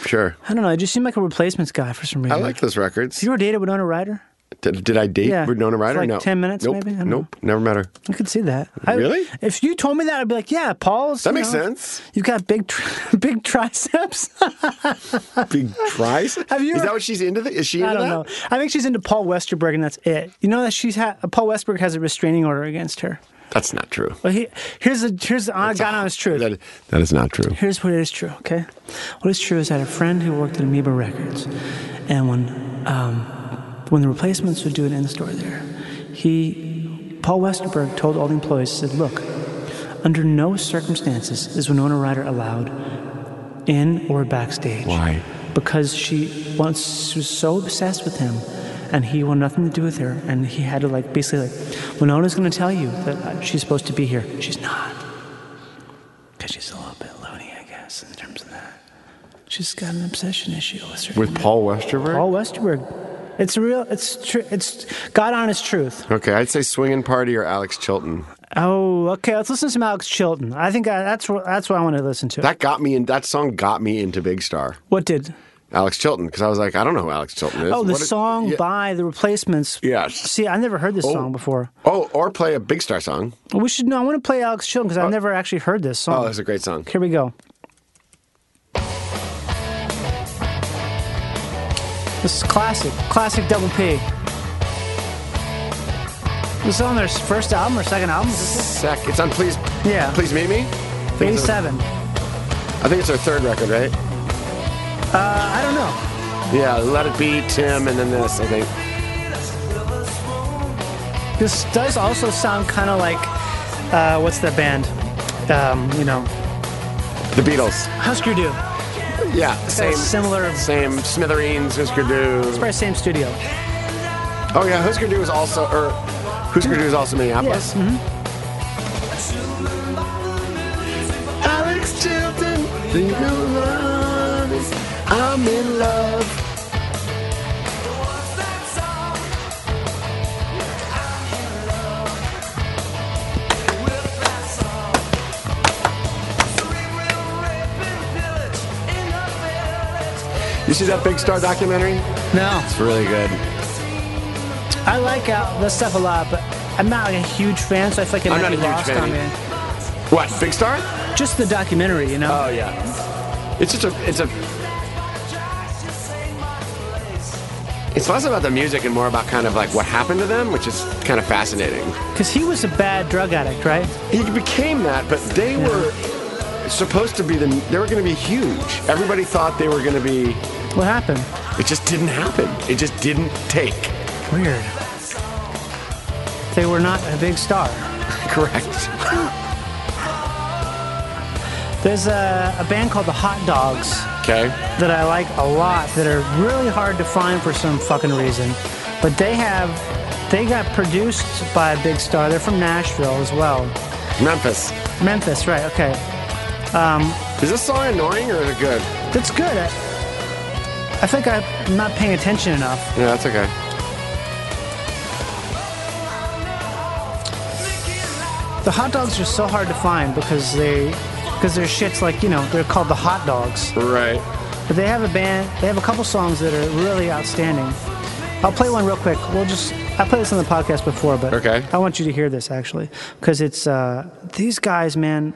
sure. I don't know. I just seem like a replacements guy for some I reason. like those records. You were dated with Winona Ryder? Did, did I date Yeah. Winona It's Ryder? like no. 10 minutes nope. maybe? I don't Nope. Never met her. I could see that. I- Really? If you told me that, I'd be like, yeah, Paul's. That you makes know, sense. You've got big, tr- big triceps. Big tricep. Have you Is ever- that what she's into? Is she into I don't that? know. I think she's into Paul Westerberg, and that's it. You know that she's had Paul Westerberg has a restraining order against her. That's not true. But he, here's the here's the God honest truth. That, that is not true. Here's what is true, okay? What is true is I had a friend who worked at Amoeba Records, and when um, when the replacements would do an end store there, he Paul Westerberg told all the employees, he said, "Look, under no circumstances is Winona Ryder allowed in or backstage. Why? Because she once she was so obsessed with him." And he wanted nothing to do with her, and he had to like basically like, Winona's going to tell you that uh, she's supposed to be here. She's not. Because she's a little bit loony, I guess, in terms of that. She's got an obsession issue with certain With Paul Westerberg? Paul Westerberg. It's a real. It's true. It's God honest truth. Okay, I'd say Swingin' Party or Alex Chilton. Oh, okay. Let's listen to some Alex Chilton. I think I, that's what that's what I want to listen to. That got me in. That song got me into Big Star. what did? Alex Chilton, because I was like, I don't know who Alex Chilton is. Oh, the What it- song yeah. by the Replacements. Yes. See, I never heard this song before. Oh, or play a Big Star song. We should know. I want to play Alex Chilton because I've never actually heard this Oh, song. that's a great song. Here we go. This is classic, classic Double P. This is on their first album or second album? Is Sec. It's on Please. Yeah. Please meet me. this it? 87. I think it's our third record, right? I don't know. Yeah. Let it be Tim, and then this. I think. This does also sound kind of like, uh, what's that band? Um, you know, The Beatles. Husker Du. Yeah. Same. Same. Similar, Same. Smithereens. Husker Du. probably same studio. Oh yeah. Husker Du is also or Husker Du is also Minneapolis. Alex Chilton. Do you love is- I'm in love. You see that Big Star documentary? No, It's really good. I like uh, this stuff a lot, but I'm not like, a huge fan, so I feel like it I'm might be not a huge lost fan on me. What? Big Star? Just the documentary, you know? Oh yeah. It's just a it's a It's less about the music and more about kind of like what happened to them, which is kind of fascinating. Because he was a bad drug addict, right? He became that, but they were supposed to be the they were going to be huge. Everybody thought they were going to be What happened? it just didn't happen. It just didn't take. Weird. They were not a big star. Correct. There's a, a band called the Hot Dogs. Okay. that I like a lot that are really hard to find for some fucking reason. But they have, they got produced by a big star. They're from Nashville as well. Memphis. Memphis, right, okay. Is this song annoying or is it good? That's good. I, I think I'm not paying attention enough. Yeah, that's okay. The hot dogs are so hard to find because they, because their shit's like, you know, they're called the hot dogs. Right. But they have a band, they have a couple songs that are really outstanding. I'll play one real quick. We'll just, I played this on the podcast before, but Okay. I want you to hear this actually. Because it's, uh, these guys, man,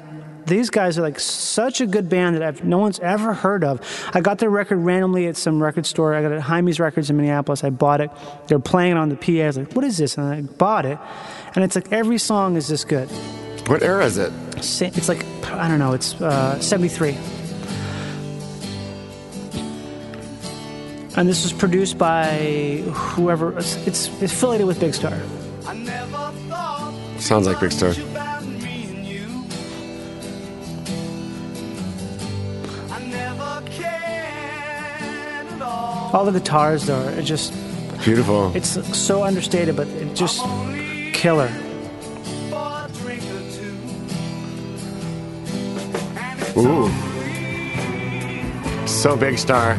these guys are like such a good band that I've, no one's ever heard of. I got their record randomly at some record store. I got it at Jaime's Records in Minneapolis. I bought it. They're playing it on the PA. I was like, what is this? And I bought it. And it's like every song is this good. What era is it? Sa- It's like, I don't know, it's uh, 73. And this was produced by whoever, it's, it's affiliated with Big Star. Sounds like Big Star. All the guitars though are just, Beautiful. it's so understated, but it just killer. Ooh. So big star.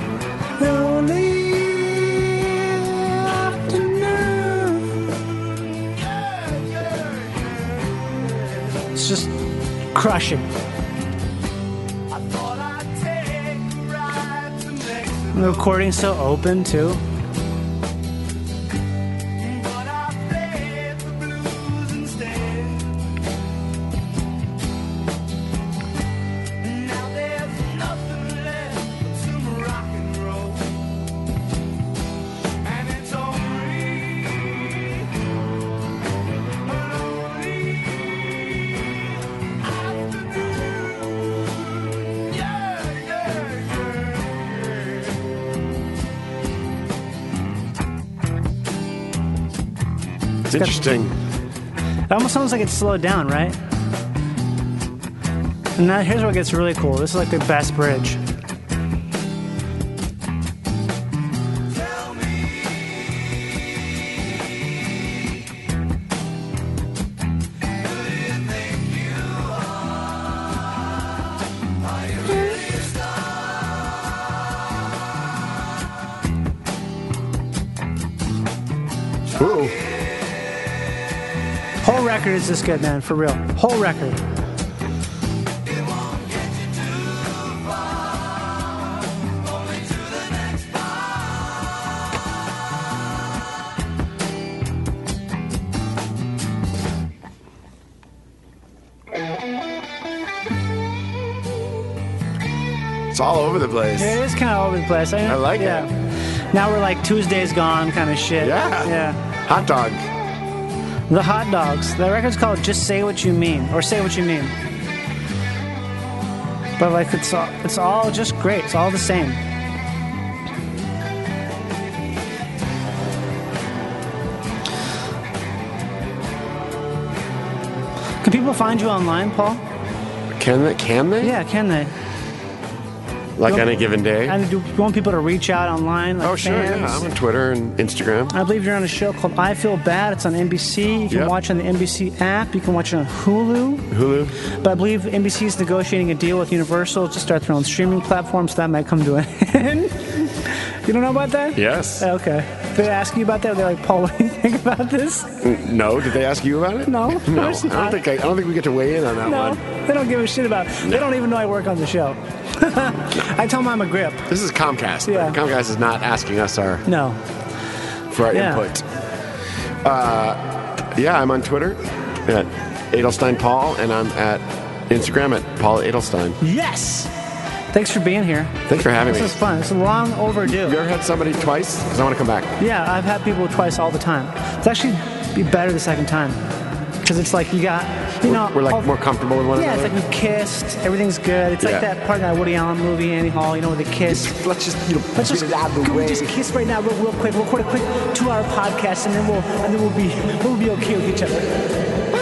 It's just crushing. The recording's so open too. It's got- Interesting. It almost sounds like it's slowed down, right? And now here's what gets really cool. This is like the best bridge. Ooh. Whole record is this good, man, for real. Whole record. It's all over the place. It is kind of over the place. I, I like it. yeah. Now we're like Tuesday's gone kind of shit. Yeah. Yeah. Hot dog. The hot dogs. The record's called "Just Say What You Mean" or "Say What You Mean." But like it's all, it's all just great. It's all the same. Can people find you online, Paul? Can they? Can they? Yeah, can they? Like on a given day? And do you want people to reach out online? Like oh, sure. fans? Yeah. I'm on Twitter and Instagram. I believe you're on a show called I Feel Bad. It's on NBC. You can Yep. watch on the NBC app. You can watch it on Hulu. Hulu. But I believe NBC is negotiating a deal with Universal to start their own streaming platform, so that might come to an end. you don't know about that? Yes. Okay. Did they ask you about that? They're like, Paul, what do you think about this? no. Did they ask you about it? No, of No. I course not. don't think I, I don't think we get to weigh in on that No, one. they don't give a shit about. They No. don't even know I work on the show. I tell them I'm a grip. This is Comcast. but Yeah. Comcast is not asking us our No. for our Yeah. input. Uh, yeah, I'm on Twitter at Adelstein Paul, and I'm at Instagram at Paul Adelstein. Yes. Thanks for being here. Thanks for having This me. was fun. It's long overdue. You ever had somebody twice? Because I want to come back. Yeah, I've had people twice all the time. It's actually be better the second time because it's like you got, you know, We're like all- more comfortable with one Yeah, it's another. like we kissed. Everything's good. It's like Yeah. that part in that Woody Allen movie, Annie Hall. You know, where they kiss. Let's just you know, Let's just get it out of the can way. we just kiss right now, real, real quick. We'll record a quick two-hour podcast, and then we'll and then we'll be we'll be okay with each other.